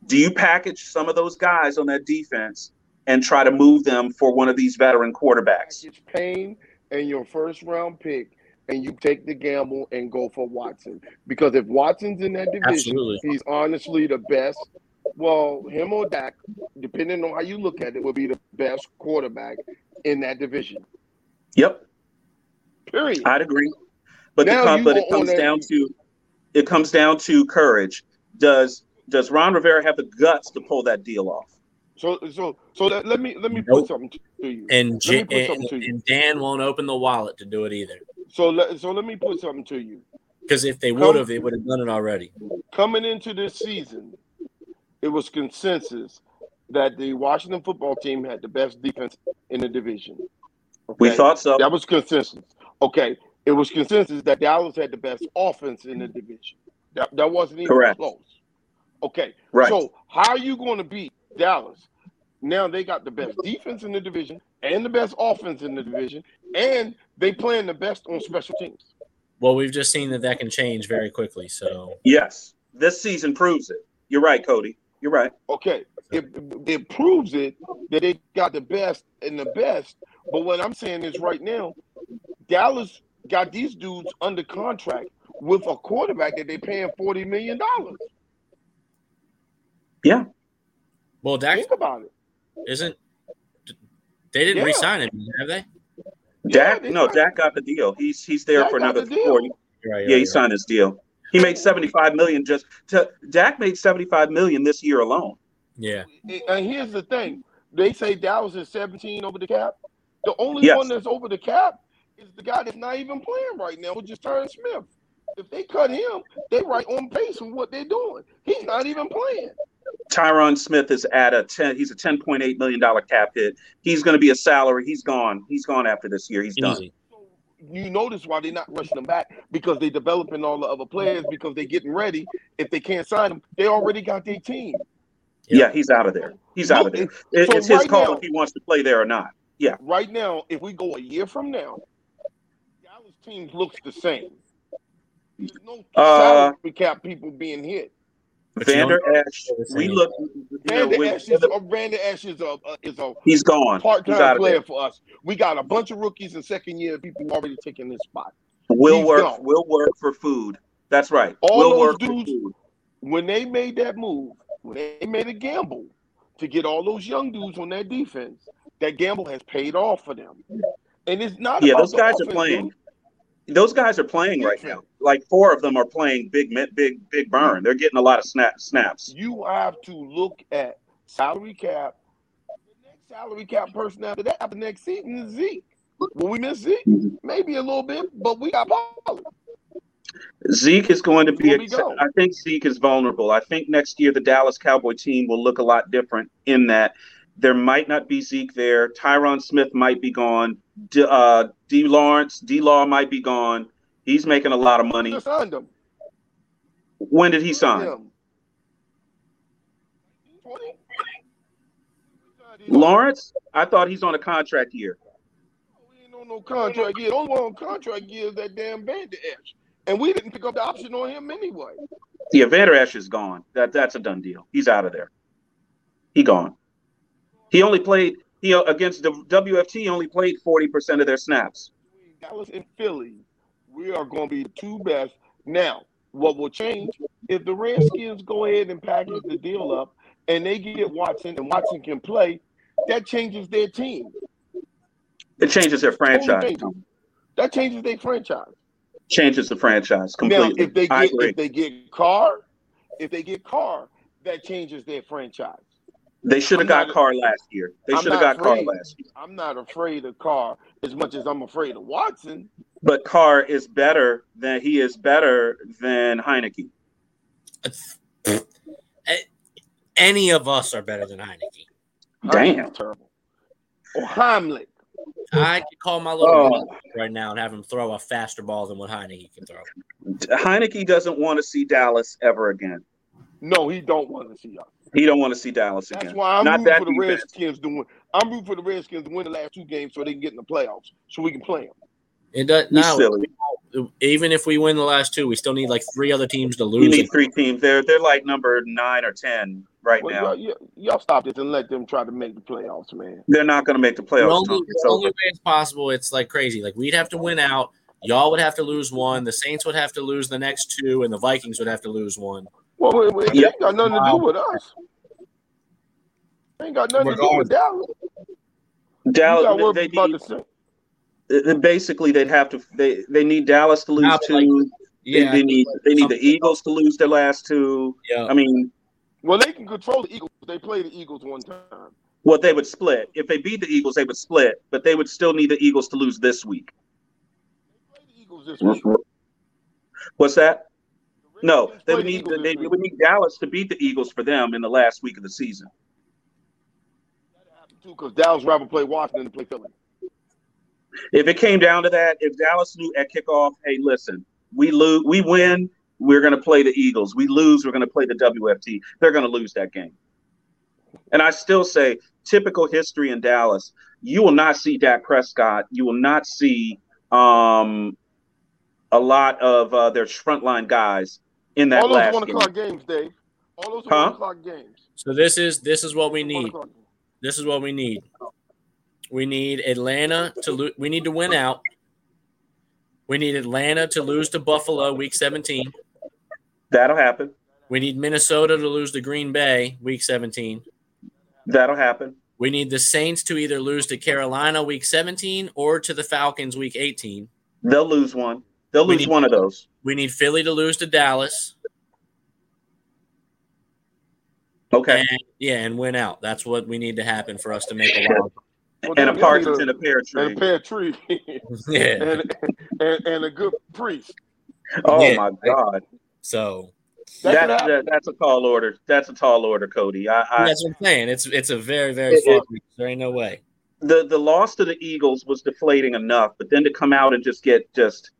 Speaker 1: Do you package some of those guys on that defense and try to move them for one of these veteran quarterbacks?
Speaker 3: package Payne and your first round pick, and you take the gamble and go for Watson. Because if Watson's in that division,
Speaker 2: Absolutely.
Speaker 3: he's honestly the best. Well, him or Dak, depending on how you look at it, will be the best quarterback in that division.
Speaker 1: Yep.
Speaker 3: Period.
Speaker 1: I'd agree. But the
Speaker 3: Now
Speaker 1: com-
Speaker 3: you
Speaker 1: but it
Speaker 3: on
Speaker 1: comes
Speaker 3: that-
Speaker 1: down to it comes down to courage. Does does Ron Rivera have the guts to pull that deal off?
Speaker 3: So, so, so let, let me let me
Speaker 2: Nope.
Speaker 3: put something to you.
Speaker 2: And, J-
Speaker 3: put something
Speaker 2: and,
Speaker 3: to you.
Speaker 2: and Dan won't open the wallet to do it either.
Speaker 3: So, let, so let me put something to you.
Speaker 2: Because if they would have, they would have done it already.
Speaker 3: coming into this season, it was consensus that the Washington football team had the best defense in the division.
Speaker 1: We
Speaker 3: Okay?
Speaker 1: thought so.
Speaker 3: that was consensus. Okay, it was consensus that Dallas had the best offense in the division. That, that wasn't even
Speaker 1: Correct.
Speaker 3: close. Okay,
Speaker 1: Right.
Speaker 3: so how are you going to beat Dallas? Now they got the best defense in the division and the best offense in the division, and they playing the best on special teams.
Speaker 2: Well, we've just seen that that can change very quickly. So
Speaker 1: yes. This season proves it. You're right, Cody. You're right.
Speaker 3: Okay, it, it proves it that they got the best and the best. But what I'm saying is right now, Dallas got these dudes under contract with a quarterback that they paying forty million dollars.
Speaker 2: well, Dak
Speaker 3: Think about it.
Speaker 2: isn't. They didn't
Speaker 3: Yeah.
Speaker 2: re-sign him, have they?
Speaker 3: Yeah,
Speaker 1: Dak
Speaker 3: they
Speaker 1: no,
Speaker 3: got-
Speaker 1: Dak got the deal. He's he's there
Speaker 3: Dak
Speaker 1: for
Speaker 3: got
Speaker 1: another
Speaker 3: the deal.
Speaker 1: forty.
Speaker 2: You're right, you're
Speaker 1: Yeah,
Speaker 2: right,
Speaker 1: he
Speaker 2: you're right.
Speaker 1: signed his deal. He made seventy five million just to Dak made seventy five million this year alone.
Speaker 2: Yeah,
Speaker 3: And here's the thing: they say Dallas is seventeen over the cap. The only
Speaker 1: Yes.
Speaker 3: one that's over the cap is the guy that's not even playing right now, which is Terrence Smith. If they cut him, they right on pace with what they're doing. He's not even playing.
Speaker 1: Tyron Smith is at a ten he's a ten point eight million dollar cap hit. He's gonna be a salary. He's gone. He's gone after this year. He's done.
Speaker 2: easy.
Speaker 3: you notice why they're not rushing them back because they're developing all the other players because they're getting ready. If they can't sign them, they already got their team.
Speaker 2: Yeah.
Speaker 1: Yeah, he's out of there. He's out of there. It,
Speaker 3: So
Speaker 1: it's his
Speaker 3: right
Speaker 1: call
Speaker 3: now-
Speaker 1: if he wants to play there or not.
Speaker 3: Right now, if we go a year from now, Dallas team looks the same. There's no
Speaker 1: Uh,
Speaker 3: salary cap people being hit.
Speaker 1: Vander Ash, we look. you know,
Speaker 3: Randy
Speaker 1: we-
Speaker 3: Ash is a, Randy Ash uh, is a uh, is a
Speaker 1: he's gone.
Speaker 3: part
Speaker 1: He's out
Speaker 3: time
Speaker 1: of there.
Speaker 3: player for us. We got a bunch of rookies and second year people already taking this spot.
Speaker 1: We'll
Speaker 3: He's
Speaker 1: work.
Speaker 3: gone.
Speaker 1: We'll work for food. That's right.
Speaker 3: All
Speaker 1: we'll
Speaker 3: those
Speaker 1: work for
Speaker 3: dudes-
Speaker 1: food.
Speaker 3: When they made that move, when they made a gamble to get all those young dudes on their defense, that gamble has paid off for them. And it's not
Speaker 1: Yeah,
Speaker 3: about
Speaker 1: those
Speaker 3: the
Speaker 1: guys are
Speaker 3: offense,
Speaker 1: playing.
Speaker 3: dude.
Speaker 1: Those guys are playing right now. Like four of them are playing big, mi- big,
Speaker 3: Mm-hmm.
Speaker 1: big burn. They're getting a lot of snap snaps.
Speaker 3: You have to look at salary cap. The next salary cap person after that, after next season, is Zeke. Will we miss Zeke? Maybe a little bit, but we got Pollard.
Speaker 1: Zeke is going to be.
Speaker 3: Here we go.
Speaker 1: I think Zeke is vulnerable. I think next year the Dallas Cowboy team will look a lot different in that there might not be Zeke there. Tyron Smith might be gone. D, uh, D Lawrence, D Law might be gone. He's making a lot of
Speaker 3: We
Speaker 1: money.
Speaker 3: just signed him.
Speaker 1: When did he sign?
Speaker 3: him. 20?
Speaker 1: Lawrence? I thought he's on a contract year.
Speaker 3: We ain't on no contract yet. Only one on contract year is that damn Bandit Ash. And we didn't pick up the option on him anyway.
Speaker 1: Yeah, Vander Esch is gone. That that's a done deal. He's out of there. He gone. He only played he against the WFT. He only played forty percent of their snaps.
Speaker 3: Between Dallas and Philly, we are going to be the two best. Now, what will change if the Redskins go ahead and package the deal up and they get Watson and Watson can play, that changes their team.
Speaker 1: It changes their franchise.
Speaker 3: Totally changes. That changes their franchise.
Speaker 1: Changes the franchise completely.
Speaker 3: Now, if they
Speaker 1: I
Speaker 3: get
Speaker 1: agree.
Speaker 3: if they get Carr, if they get Carr, that changes their franchise.
Speaker 1: They should have
Speaker 3: I'm not-
Speaker 1: got Carr last year. They
Speaker 3: I'm
Speaker 1: should have
Speaker 3: not
Speaker 1: got Carr
Speaker 3: afraid.
Speaker 1: last year.
Speaker 3: I'm not afraid of Carr as much as I'm afraid of Watson.
Speaker 1: But Carr is better than he is better than Heineke.
Speaker 2: Any of us are better than Heineke.
Speaker 1: Damn.
Speaker 3: That's terrible. Or Heimlich.
Speaker 2: I could call my little
Speaker 1: Oh,
Speaker 2: right now and have him throw a faster ball than what Heineke can throw.
Speaker 1: Heineke doesn't want to see Dallas ever again.
Speaker 3: No, he don't want to see us.
Speaker 1: He don't want to see Dallas
Speaker 3: That's
Speaker 1: again.
Speaker 3: why I'm
Speaker 1: Not
Speaker 3: rooting
Speaker 1: that
Speaker 3: for the
Speaker 1: defense.
Speaker 3: Redskins to win. I'm rooting for the Redskins to win the last two games so they can get in the playoffs so we can play them.
Speaker 2: It does
Speaker 1: You
Speaker 2: no.
Speaker 1: silly.
Speaker 2: Even if we win the last two, we still need like three other teams to
Speaker 1: You
Speaker 2: lose.
Speaker 1: need three teams. They're they're like number nine or ten right
Speaker 3: Well,
Speaker 1: now.
Speaker 3: y'all, y'all- y'all stop this and let them try to make the playoffs, man.
Speaker 1: They're not going to make the
Speaker 2: the
Speaker 1: playoffs.
Speaker 2: only,
Speaker 1: Tom.
Speaker 2: the
Speaker 1: It's
Speaker 2: only
Speaker 1: over.
Speaker 2: way it's possible, it's like crazy. Like we'd have to win out. Y'all would have to lose one. The Saints would have to lose the next two, and the Vikings would have to lose one.
Speaker 3: Well, wait, wait, it
Speaker 1: Yeah.
Speaker 3: ain't got nothing to do with us. Ain't got nothing to do with Dallas. You got
Speaker 1: Dallas.
Speaker 3: worried
Speaker 1: They,
Speaker 3: about the Saints.
Speaker 1: they- basically they'd have to. They they need Dallas to lose
Speaker 2: Not
Speaker 1: two.
Speaker 2: like-
Speaker 1: They-
Speaker 2: Yeah,
Speaker 1: they, need they need the Eagles to lose their last two.
Speaker 2: yeah.
Speaker 1: I mean,
Speaker 3: Well, they can control the Eagles. They play the Eagles one time.
Speaker 1: well, they would split if they beat the Eagles. They would split, but they would still need the Eagles to lose this week.
Speaker 3: Play the Eagles this week.
Speaker 1: What's that?
Speaker 3: The
Speaker 1: No,
Speaker 3: Redskins
Speaker 1: they
Speaker 3: play
Speaker 1: would
Speaker 3: the
Speaker 1: need
Speaker 3: Eagles
Speaker 1: they,
Speaker 3: this
Speaker 1: they
Speaker 3: week.
Speaker 1: would need Dallas to beat the Eagles for them in the last week of the season.
Speaker 3: too because Dallas rather play Washington than play Philly.
Speaker 1: If it came down to that, if Dallas knew at kickoff, hey, listen, we lose, we win, we're going to play the Eagles. We lose, we're going to play the WFT. They're going to lose that game. And I still say, typical history in Dallas, you will not see Dak Prescott. You will not see um, a lot of uh, their frontline guys in that
Speaker 3: All those
Speaker 1: last
Speaker 3: one
Speaker 1: game.
Speaker 3: o'clock games, Dave. All those
Speaker 1: Huh?
Speaker 3: one o'clock games.
Speaker 2: So this is this is what we
Speaker 3: One
Speaker 2: need.
Speaker 3: o'clock.
Speaker 2: This is what we need. We need Atlanta to lo- we need to win out. We need Atlanta to lose to Buffalo week 17.
Speaker 1: That'll happen.
Speaker 2: We need Minnesota to lose to Green Bay week 17.
Speaker 1: That'll happen.
Speaker 2: We need the Saints to either lose to Carolina week 17 or to the Falcons week 18.
Speaker 1: They'll lose one. They'll
Speaker 2: We
Speaker 1: lose
Speaker 2: need-
Speaker 1: one of those.
Speaker 2: We need Philly to lose to Dallas.
Speaker 1: Okay.
Speaker 2: And, yeah, and win out. That's what we need to happen for us to make a wild.
Speaker 3: Well,
Speaker 1: And,
Speaker 3: they
Speaker 1: a
Speaker 3: need
Speaker 1: partridge in a pear
Speaker 3: and
Speaker 1: tree.
Speaker 3: a pear tree
Speaker 2: yeah.
Speaker 3: and, and and a good priest.
Speaker 1: Oh,
Speaker 2: Yeah.
Speaker 1: my God.
Speaker 2: So
Speaker 3: That
Speaker 1: That,
Speaker 3: could happen.
Speaker 1: that, that's a tall order. That's a tall order, Cody. I, I
Speaker 2: that's what I'm saying. It's it's a very very
Speaker 1: It-
Speaker 2: far.
Speaker 1: it-
Speaker 2: reach. There ain't no way.
Speaker 1: the the loss to the Eagles was deflating enough, but then to come out and just get just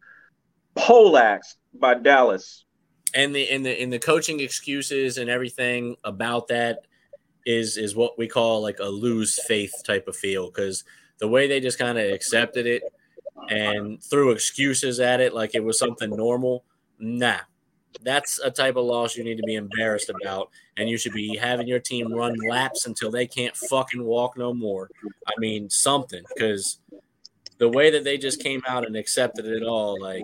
Speaker 1: poleaxed by Dallas.
Speaker 2: And the and the and the coaching excuses and everything about that is is what we call like a lose faith type of feel because the way they just kind of accepted it and threw excuses at it like it was something normal. Nah, That's a type of loss you need to be embarrassed about, and you should be having your team run laps until they can't fucking walk no more. I mean, something because the way that they just came out and accepted it all, like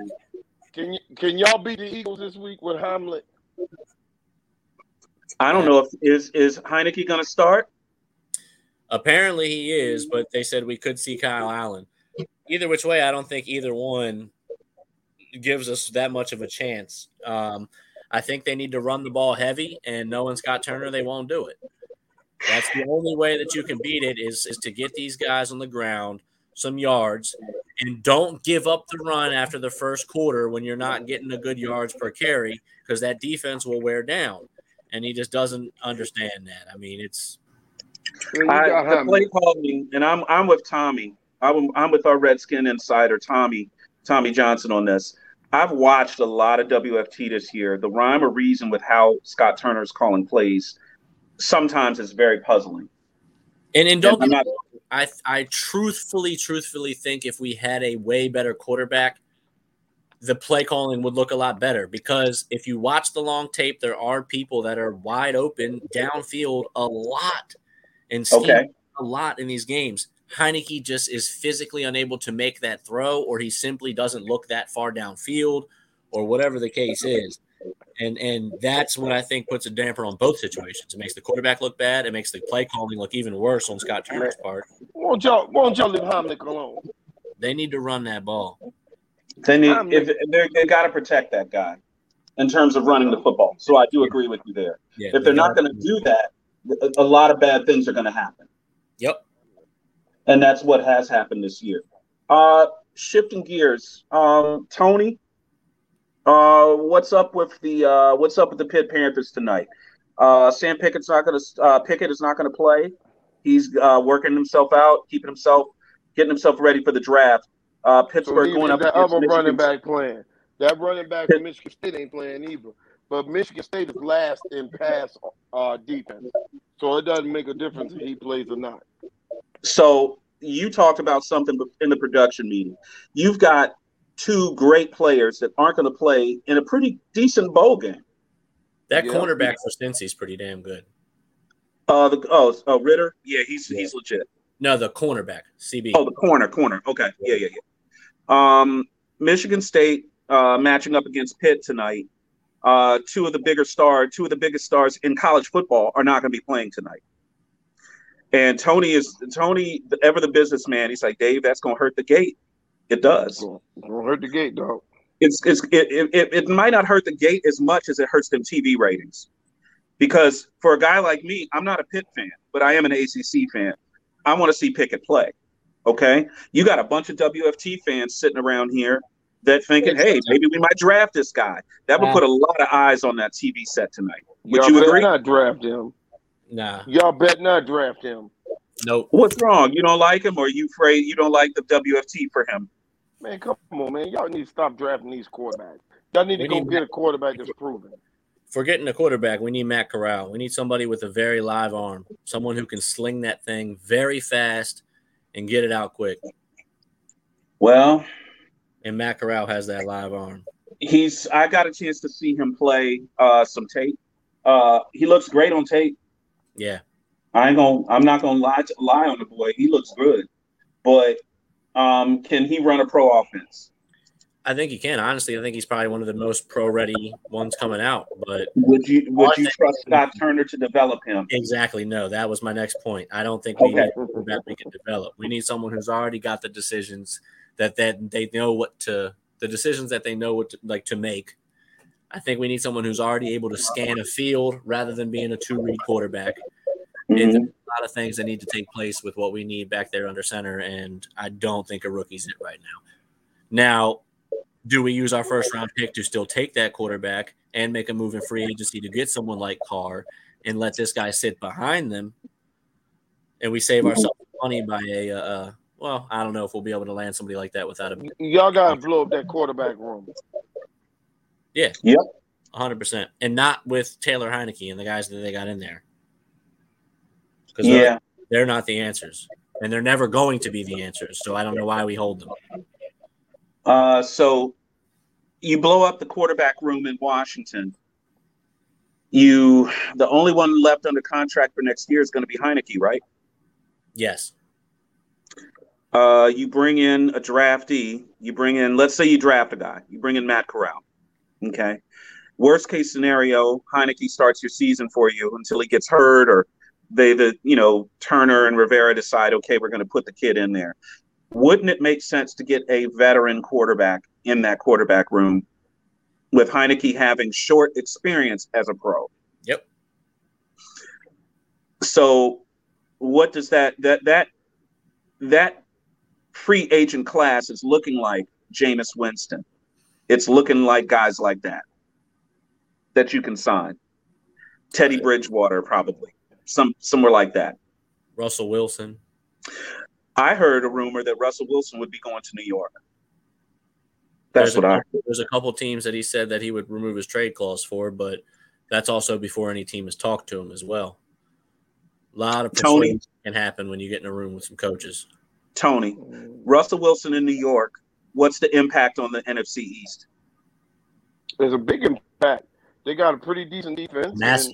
Speaker 3: Can y- can y'all beat the Eagles this week with Hamlet?
Speaker 1: I don't know if is is Heineke going to start.
Speaker 2: apparently he is, but they said we could see Kyle Allen. Either which way, I don't think either one gives us that much of a chance. Um, I think they need to run the ball heavy, and knowing Scott Turner, they won't do it. That's the only way that you can beat it is is to get these guys on the ground some yards and don't give up the run after the first quarter when you're not getting a good yards per carry because that defense will wear down. And he just doesn't understand that. I mean, it's
Speaker 3: Well, you
Speaker 1: I,
Speaker 3: got
Speaker 1: the
Speaker 3: Hamlet.
Speaker 1: play calling, and I'm I'm with Tommy. I'm I'm with our Redskin insider Tommy Tommy Johnson on this. I've watched a lot of WFT this year. The rhyme or reason with how Scott Turner's calling plays sometimes is very puzzling.
Speaker 2: and, and
Speaker 1: And
Speaker 2: don't
Speaker 1: I'm not-
Speaker 2: I I truthfully, truthfully think if we had a way better quarterback, the play calling would look a lot better. Because if you watch the long tape, there are people that are wide open downfield a lot and scheme
Speaker 1: okay.
Speaker 2: a lot in these games. Heineke just is physically unable to make that throw, or he simply doesn't look that far downfield, or whatever the case is. And and that's what I think puts a damper on both situations. It makes the quarterback look bad. It makes the play calling look even worse on Scott Turner's part.
Speaker 3: Won't y'all won't y'all leave Hamlet alone?
Speaker 2: They need to run that ball.
Speaker 1: Then
Speaker 3: I'm-
Speaker 1: if, if they're, they got to protect that guy in terms of running the football. So I do agree with you there.
Speaker 2: Yeah,
Speaker 1: If they're not going to do that, a, a lot of bad things are going to happen.
Speaker 2: Yep.
Speaker 1: and that's what has happened this year. Uh, shifting gears, um, Tony, uh, what's up with the uh, what's up with the Pitt Panthers tonight? Uh, Sam Pickett's not going to uh, Pickett is not going to play. He's uh, working himself out, keeping himself, getting himself ready for the draft. Uh,
Speaker 3: So
Speaker 1: Pittsburgh
Speaker 3: even
Speaker 1: going up
Speaker 3: that
Speaker 1: against
Speaker 3: other
Speaker 1: Michigan.
Speaker 3: running back playing. That running back from Michigan State ain't playing either. But Michigan State is last in pass uh, defense, so it doesn't make a difference if he plays or not.
Speaker 1: So you talked about something in the production meeting. You've got two great players that aren't going to play in a pretty decent bowl game.
Speaker 2: That
Speaker 3: Yeah.
Speaker 2: cornerback for Cincy's pretty damn good.
Speaker 1: Uh, the oh, uh, Ritter. Yeah, he's
Speaker 2: Yeah.
Speaker 1: he's legit.
Speaker 2: No, the cornerback, CB.
Speaker 1: Oh, the corner, corner. Okay, yeah, yeah, yeah. Um, Michigan State uh, matching up against Pitt tonight. Uh, two of the bigger star, two of the biggest stars in college football are not going to be playing tonight. And Tony is Tony, the- ever the businessman. He's like, Dave, that's going to hurt the gate. It does.
Speaker 3: So don't hurt the gate, dog.
Speaker 1: It's it's it, it- it it might not hurt the gate as much as it hurts them TV ratings, because for a guy like me, I'm not a Pitt fan, but I am an ACC fan. I want to see Pickett play. Okay, you got a bunch of WFT fans sitting around here that thinking, hey, maybe we might draft this guy. That would put a lot of eyes on that TV set tonight. Would
Speaker 3: y'all
Speaker 1: you
Speaker 3: better
Speaker 1: agree?
Speaker 3: not draft him.
Speaker 2: Nah,
Speaker 3: Y'all bet not draft him.
Speaker 2: nope.
Speaker 1: What's wrong? You don't like him, or you afraid you don't like the WFT for him?
Speaker 3: Man, come on, man. Y'all need to stop drafting these quarterbacks. Y'all need to
Speaker 2: We
Speaker 3: go
Speaker 2: need-
Speaker 3: get a quarterback that's proven.
Speaker 2: If we're getting a quarterback, we need Matt Corral. We need somebody with a very live arm, someone who can sling that thing very fast and get it out quick.
Speaker 1: Well,
Speaker 2: And Matt Corral has that live arm.
Speaker 1: he's. I got a chance to see him play uh, some tape. Uh, he looks great on tape.
Speaker 2: Yeah,
Speaker 1: I ain't gonna. I'm not gonna lie to, lie on the boy. He looks good, but um, can he run a pro offense?
Speaker 2: I think he can. Honestly, I think he's probably one of the most pro-ready ones coming out. But
Speaker 1: Would you Would you
Speaker 2: I think-
Speaker 1: trust Scott Turner to develop him?
Speaker 2: exactly, no. That was my next point. I don't think we
Speaker 1: Okay.
Speaker 2: need a quarterback we can develop. We need someone who's already got the decisions that that they know what to the decisions that they know what to, like to make. I think we need someone who's already able to scan a field rather than being a two read quarterback. And there's
Speaker 1: Mhm.
Speaker 2: a lot of things that need to take place with what we need back there under center, and I don't think a rookie's it right now. Now, do we use our first round pick to still take that quarterback and make a move in free agency to get someone like Carr and let this guy sit behind them, and we save ourselves money by a uh, uh, well, I don't know if we'll be able to land somebody like that without a
Speaker 3: Y- Y'all gotta blow up that quarterback room.
Speaker 2: 100 percent, and not with Taylor Heineke and the guys that they got in there because
Speaker 1: Yeah.
Speaker 2: they're not the answers, and they're never going to be the answers. So I don't know why we hold them.
Speaker 1: Uh, so you blow up the quarterback room in Washington. You, the only one left under contract for next year is going to be Heineke, right?
Speaker 2: Yes.
Speaker 1: Uh, you bring in a draftee. You bring in, let's say you draft a guy. You bring in Matt Corral. Okay. Worst case scenario, Heineke starts your season for you until he gets hurt, or they, the you know Turner and Rivera decide, okay, we're going to put the kid in there. Wouldn't it make sense to get a veteran quarterback in that quarterback room, with Heineke having short experience as a pro?
Speaker 2: Yep.
Speaker 1: So, what does that that that that free agent class is looking like Jameis Winston. It's looking like guys like that that you can sign. Teddy Bridgewater, probably some somewhere like that.
Speaker 2: Russell Wilson.
Speaker 1: I heard a rumor that Russell Wilson would be going to New York. That's
Speaker 2: There's
Speaker 1: what
Speaker 2: a,
Speaker 1: I.
Speaker 2: couple- There's a couple teams that he said that he would remove his trade clause for, but that's also before any team has talked to him as well. A lot of
Speaker 1: Tony.
Speaker 2: persuasion can happen when you get in a room with some coaches.
Speaker 1: Tony
Speaker 2: Mm.
Speaker 1: Russell Wilson in New York. What's the impact on the NFC East?
Speaker 3: There's a big impact. They got a pretty decent defense.
Speaker 2: Massive.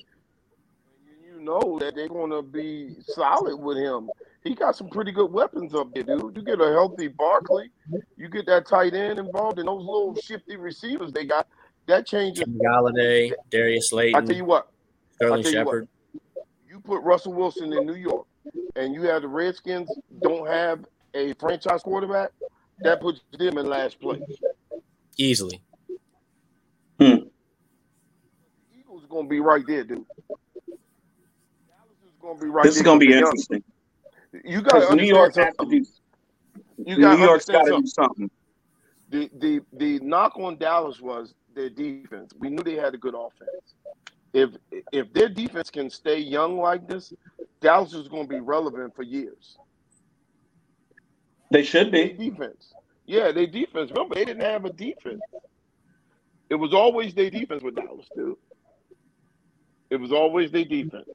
Speaker 3: and You know that they're going to be solid with him. He got some pretty good weapons up there, dude. You get a healthy Barkley, you get that tight end involved, and those little shifty receivers they got. That changes.
Speaker 2: Kenny Galladay, Darius
Speaker 3: I tell
Speaker 2: Slayton,
Speaker 3: you what,
Speaker 2: Sterling
Speaker 3: tell you what.
Speaker 2: Shepard.
Speaker 3: you put Russell Wilson in New York and you have the Redskins don't have a franchise quarterback, that puts them in last place.
Speaker 2: Easily.
Speaker 3: Eagles are gonna be right there, dude. Dallas is gonna be right
Speaker 1: This
Speaker 3: there.
Speaker 1: is going to be
Speaker 3: Yeah.
Speaker 1: interesting
Speaker 3: You gotta
Speaker 1: because New
Speaker 3: understand
Speaker 1: York has to
Speaker 3: something.
Speaker 1: do.
Speaker 3: You
Speaker 1: New
Speaker 3: gotta
Speaker 1: York's got
Speaker 3: understand
Speaker 1: to do
Speaker 3: something.
Speaker 1: something.
Speaker 3: The, the the knock on Dallas was their defense. We knew they had a good offense. If if their defense can stay young like this, Dallas is gonna be relevant for years.
Speaker 1: They should
Speaker 3: Their
Speaker 1: be.
Speaker 3: defense. Yeah, their defense. Remember, they didn't have a defense. It was always their defense with Dallas, dude. It was always their defense.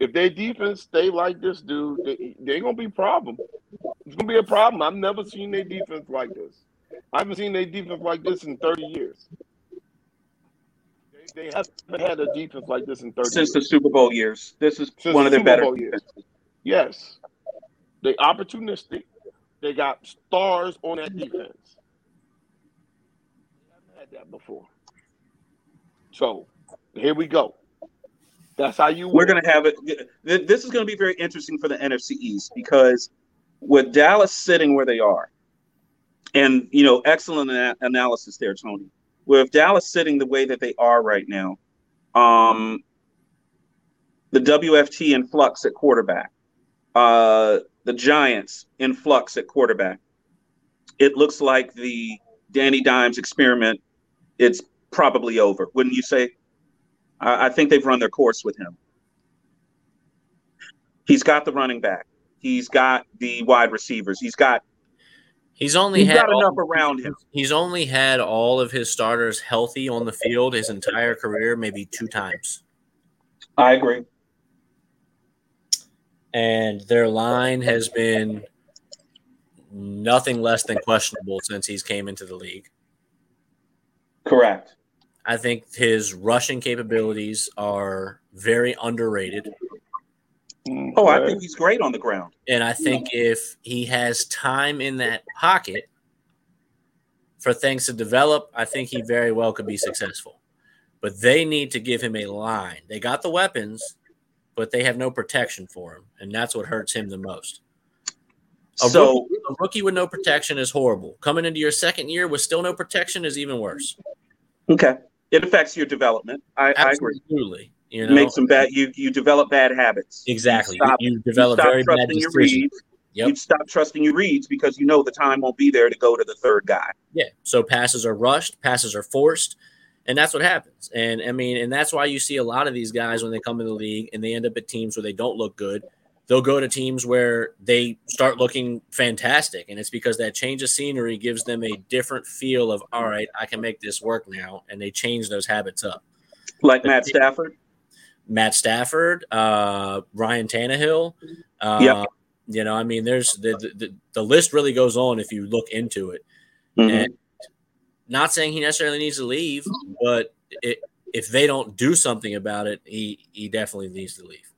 Speaker 3: If their defense stay like this, dude, they, they're gonna be a problem. It's gonna be a problem. I've never seen their defense like this. I haven't seen their defense like this in 30 years. They, they haven't had a defense like this in 30
Speaker 1: Since
Speaker 3: years.
Speaker 1: the Super Bowl years, this is
Speaker 3: Since
Speaker 1: one of
Speaker 3: the
Speaker 1: their
Speaker 3: Super
Speaker 1: better.
Speaker 3: Bowl years. Yes. They opportunistic. They got stars on that defense. They haven't had that before. So here we go. That's how you
Speaker 1: We're going to have it. th- This is going to be very interesting for the NFC East because with Dallas sitting where they are, and you know, excellent ana- analysis there, Tony. With Dallas sitting the way that they are right now, um, the WFT in flux at quarterback, uh, the Giants in flux at quarterback. It looks like the Danny Dimes experiment. It's probably over, wouldn't you say? I, I think they've run their course with him. He's got the running back. He's got the wide receivers. He's got
Speaker 2: He's only
Speaker 1: he's
Speaker 2: had
Speaker 1: got
Speaker 2: all-
Speaker 1: enough around him.
Speaker 2: He's only had all of his starters healthy on the field his entire career, maybe two times.
Speaker 1: I agree.
Speaker 2: And their line has been nothing less than questionable since he's came into the league.
Speaker 1: Correct.
Speaker 2: I think his rushing capabilities are very underrated.
Speaker 1: Oh, I think he's great on the ground.
Speaker 2: And I think if he has time in that pocket for things to develop, I think he very well could be successful. But they need to give him a line. They got the weapons, but they have no protection for him. And that's what hurts him the most. A,
Speaker 1: So
Speaker 2: rookie, a rookie with no protection is horrible. Coming into your second year with still no protection is even worse.
Speaker 1: okay, it affects your development. I, I agree.
Speaker 2: Absolutely. You
Speaker 1: You
Speaker 2: know,
Speaker 1: Make some bad. You you develop bad habits.
Speaker 2: Exactly.
Speaker 1: You stop,
Speaker 2: you, you
Speaker 1: you
Speaker 2: develop
Speaker 1: stop
Speaker 2: very bad
Speaker 1: trusting your
Speaker 2: decisions.
Speaker 1: reads.
Speaker 2: Yep.
Speaker 1: You stop trusting your reads because you know the time won't be there to go to the third guy.
Speaker 2: Yeah. So passes are rushed, passes are forced, and that's what happens. And I mean, and that's why you see a lot of these guys when they come in the league and they end up at teams where they don't look good. They'll go to teams where they start looking fantastic, and it's because that change of scenery gives them a different feel of all right, I can make this work now, and they change those habits up.
Speaker 1: Like Matt Stafford.
Speaker 2: Matt Stafford, uh, Ryan Tannehill. Uh,
Speaker 1: Yep.
Speaker 2: You know, I mean, there's the, the the list really goes on if you look into it
Speaker 1: Mhm.
Speaker 2: and Not saying he necessarily needs to leave, but it, if they don't do something about it, he he definitely needs to leave.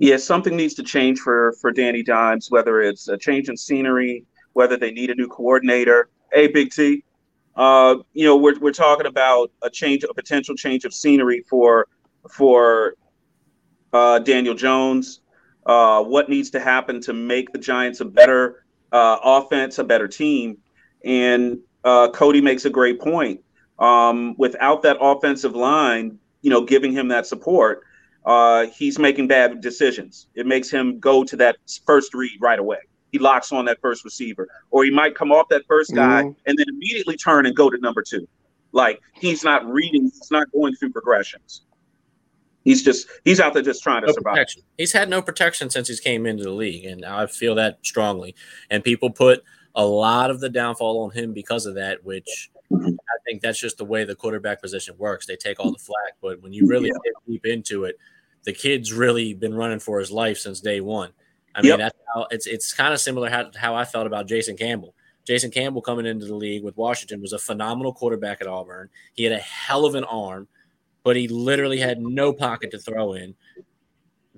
Speaker 1: Yeah, something needs to change for for Danny Dimes, whether it's a change in scenery, whether they need a new coordinator. Hey, Big T, uh, you know we're we're talking about a change, a potential change of scenery for for uh, Daniel Jones. Uh, what needs to happen to make the Giants a better uh, offense, a better team? And uh, Cody makes a great point. Um, without that offensive line, you know, giving him that support, uh, he's making bad decisions. It makes him go to that first read right away. He locks on that first receiver, or he might come off that first guy
Speaker 3: Mhm.
Speaker 1: and then immediately turn and go to number two. Like he's not reading, he's not going through progressions. He's just he's out there just trying to
Speaker 2: No
Speaker 1: survive.
Speaker 2: protection. He's had no protection since he's came into the league, and I feel that strongly. And people put a lot of the downfall on him because of that, which
Speaker 1: Mhm.
Speaker 2: I think that's just the way the quarterback position works. They take all the flack, but when you really
Speaker 1: Yeah.
Speaker 2: dig deep into it, the kid's really been running for his life since day one. I
Speaker 1: Yep.
Speaker 2: mean, that's how it's it's kind of similar how, how I felt about Jason Campbell. Jason Campbell coming into the league with Washington was a phenomenal quarterback at Auburn. He had a hell of an arm, but he literally had no pocket to throw in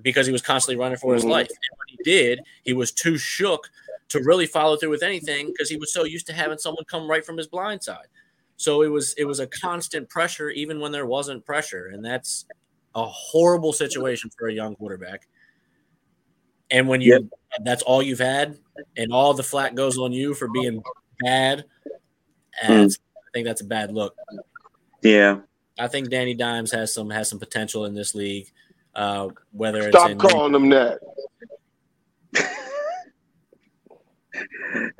Speaker 2: because he was constantly running for his
Speaker 3: Mhm.
Speaker 2: life. And when he did, he was too shook to really follow through with anything because he was so used to having someone come right from his blind side. So it was it was a constant pressure, even when there wasn't pressure, and that's a horrible situation for a young quarterback. And when you that's all you've had, and all the flack goes on you for being bad,
Speaker 3: Hmm.
Speaker 2: and I think that's a bad look.
Speaker 1: Yeah.
Speaker 2: I think Danny Dimes has some has some potential in this league. Uh, whether
Speaker 3: Stop
Speaker 2: it's in
Speaker 3: calling him that.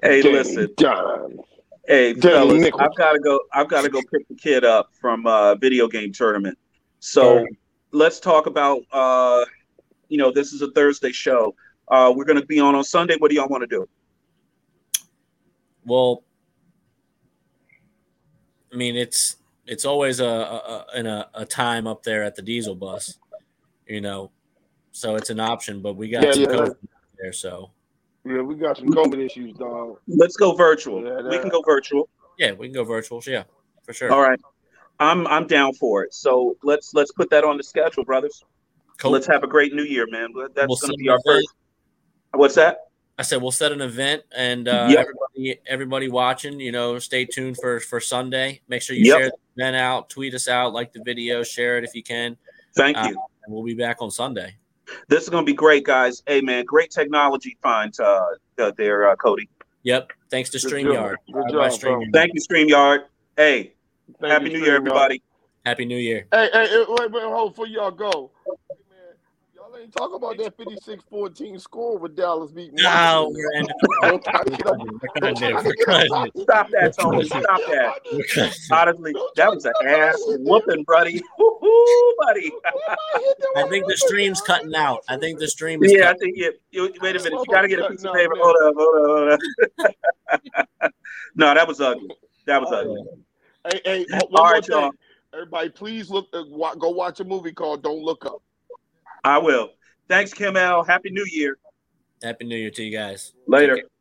Speaker 1: Hey,
Speaker 3: Danny
Speaker 1: listen.
Speaker 3: Dimes.
Speaker 1: Hey,
Speaker 3: Danny
Speaker 1: fellas,
Speaker 3: Nichols.
Speaker 1: I've got to go. I've got to go pick the kid up from uh, video game tournament. So
Speaker 3: Alright.
Speaker 1: let's talk about. Uh, you know, this is a Thursday show. Uh, we're going to be on on Sunday. What do y'all want to do?
Speaker 2: Well, I mean, it's it's always a a, a, in a a time up there at the diesel bus, you know, so it's an option. But we got
Speaker 3: Yeah,
Speaker 2: some
Speaker 3: yeah,
Speaker 2: COVID
Speaker 3: that-
Speaker 2: there, so
Speaker 3: Yeah, we got some COVID issues, dog.
Speaker 1: Let's go virtual.
Speaker 3: Yeah,
Speaker 1: we
Speaker 3: that-
Speaker 1: can go virtual.
Speaker 2: yeah, we can go virtual. Yeah, for sure.
Speaker 1: All right. I'm I'm down for it. So let's let's put that on the schedule, brothers.
Speaker 2: Cool.
Speaker 1: Let's have a great New Year, man. That's
Speaker 2: We'll
Speaker 1: going to
Speaker 2: see
Speaker 1: be our
Speaker 2: you then.
Speaker 1: first. What's that?
Speaker 2: I said we'll set an event, and uh,
Speaker 1: Yep.
Speaker 2: everybody everybody watching, you know, stay tuned for for Sunday. Make sure you
Speaker 1: Yep.
Speaker 2: share the event out, tweet us out, like the video, share it if you can,
Speaker 1: Thank
Speaker 2: Uh,
Speaker 1: you.
Speaker 2: and we'll be back on Sunday.
Speaker 1: This is going to be great, guys. Hey, man, great technology find uh, uh, there, uh, Cody.
Speaker 2: Yep. Thanks to
Speaker 3: Good
Speaker 2: Streamyard.
Speaker 3: job. Good
Speaker 2: Bye-bye,
Speaker 3: job, bro.
Speaker 2: StreamYard.
Speaker 1: Thank you, StreamYard. Hey,
Speaker 3: Thank
Speaker 1: Happy
Speaker 3: you,
Speaker 1: New
Speaker 3: Steve,
Speaker 1: Year,
Speaker 3: y'all.
Speaker 1: everybody.
Speaker 2: Happy New Year.
Speaker 3: Hey, hey, hey, wait, wait, hold for y'all go. Hey, man, y'all ain't talking about that 56-14 score with Dallas beating.
Speaker 2: No,
Speaker 3: Washington.
Speaker 2: we're ending.
Speaker 3: Don't try to get up-
Speaker 2: We're cutting
Speaker 3: don't try
Speaker 2: it.
Speaker 3: to
Speaker 2: We're
Speaker 3: get
Speaker 2: cutting
Speaker 3: upside.
Speaker 2: it.
Speaker 1: Stop that, Tony. Stop that.
Speaker 2: We're cutting it.
Speaker 1: Honestly, that was an ass whooping, buddy. Woo-hoo, buddy.
Speaker 2: I think the stream's cutting out. I think the stream is
Speaker 1: Yeah, I
Speaker 2: cutting.
Speaker 1: think you, you wait a minute. You gotta get a piece of paper. Hold up, hold up, hold up. no, that was ugly. That was ugly.
Speaker 3: Hey, hey, one
Speaker 1: All
Speaker 3: more
Speaker 1: right,
Speaker 3: thing.
Speaker 1: y'all.
Speaker 3: Everybody, please look. Uh, wa- go watch a movie called "Don't Look Up."
Speaker 1: I will. Thanks, Kim L. Happy New Year.
Speaker 2: Happy New Year to you guys.
Speaker 1: Later.
Speaker 2: Take care.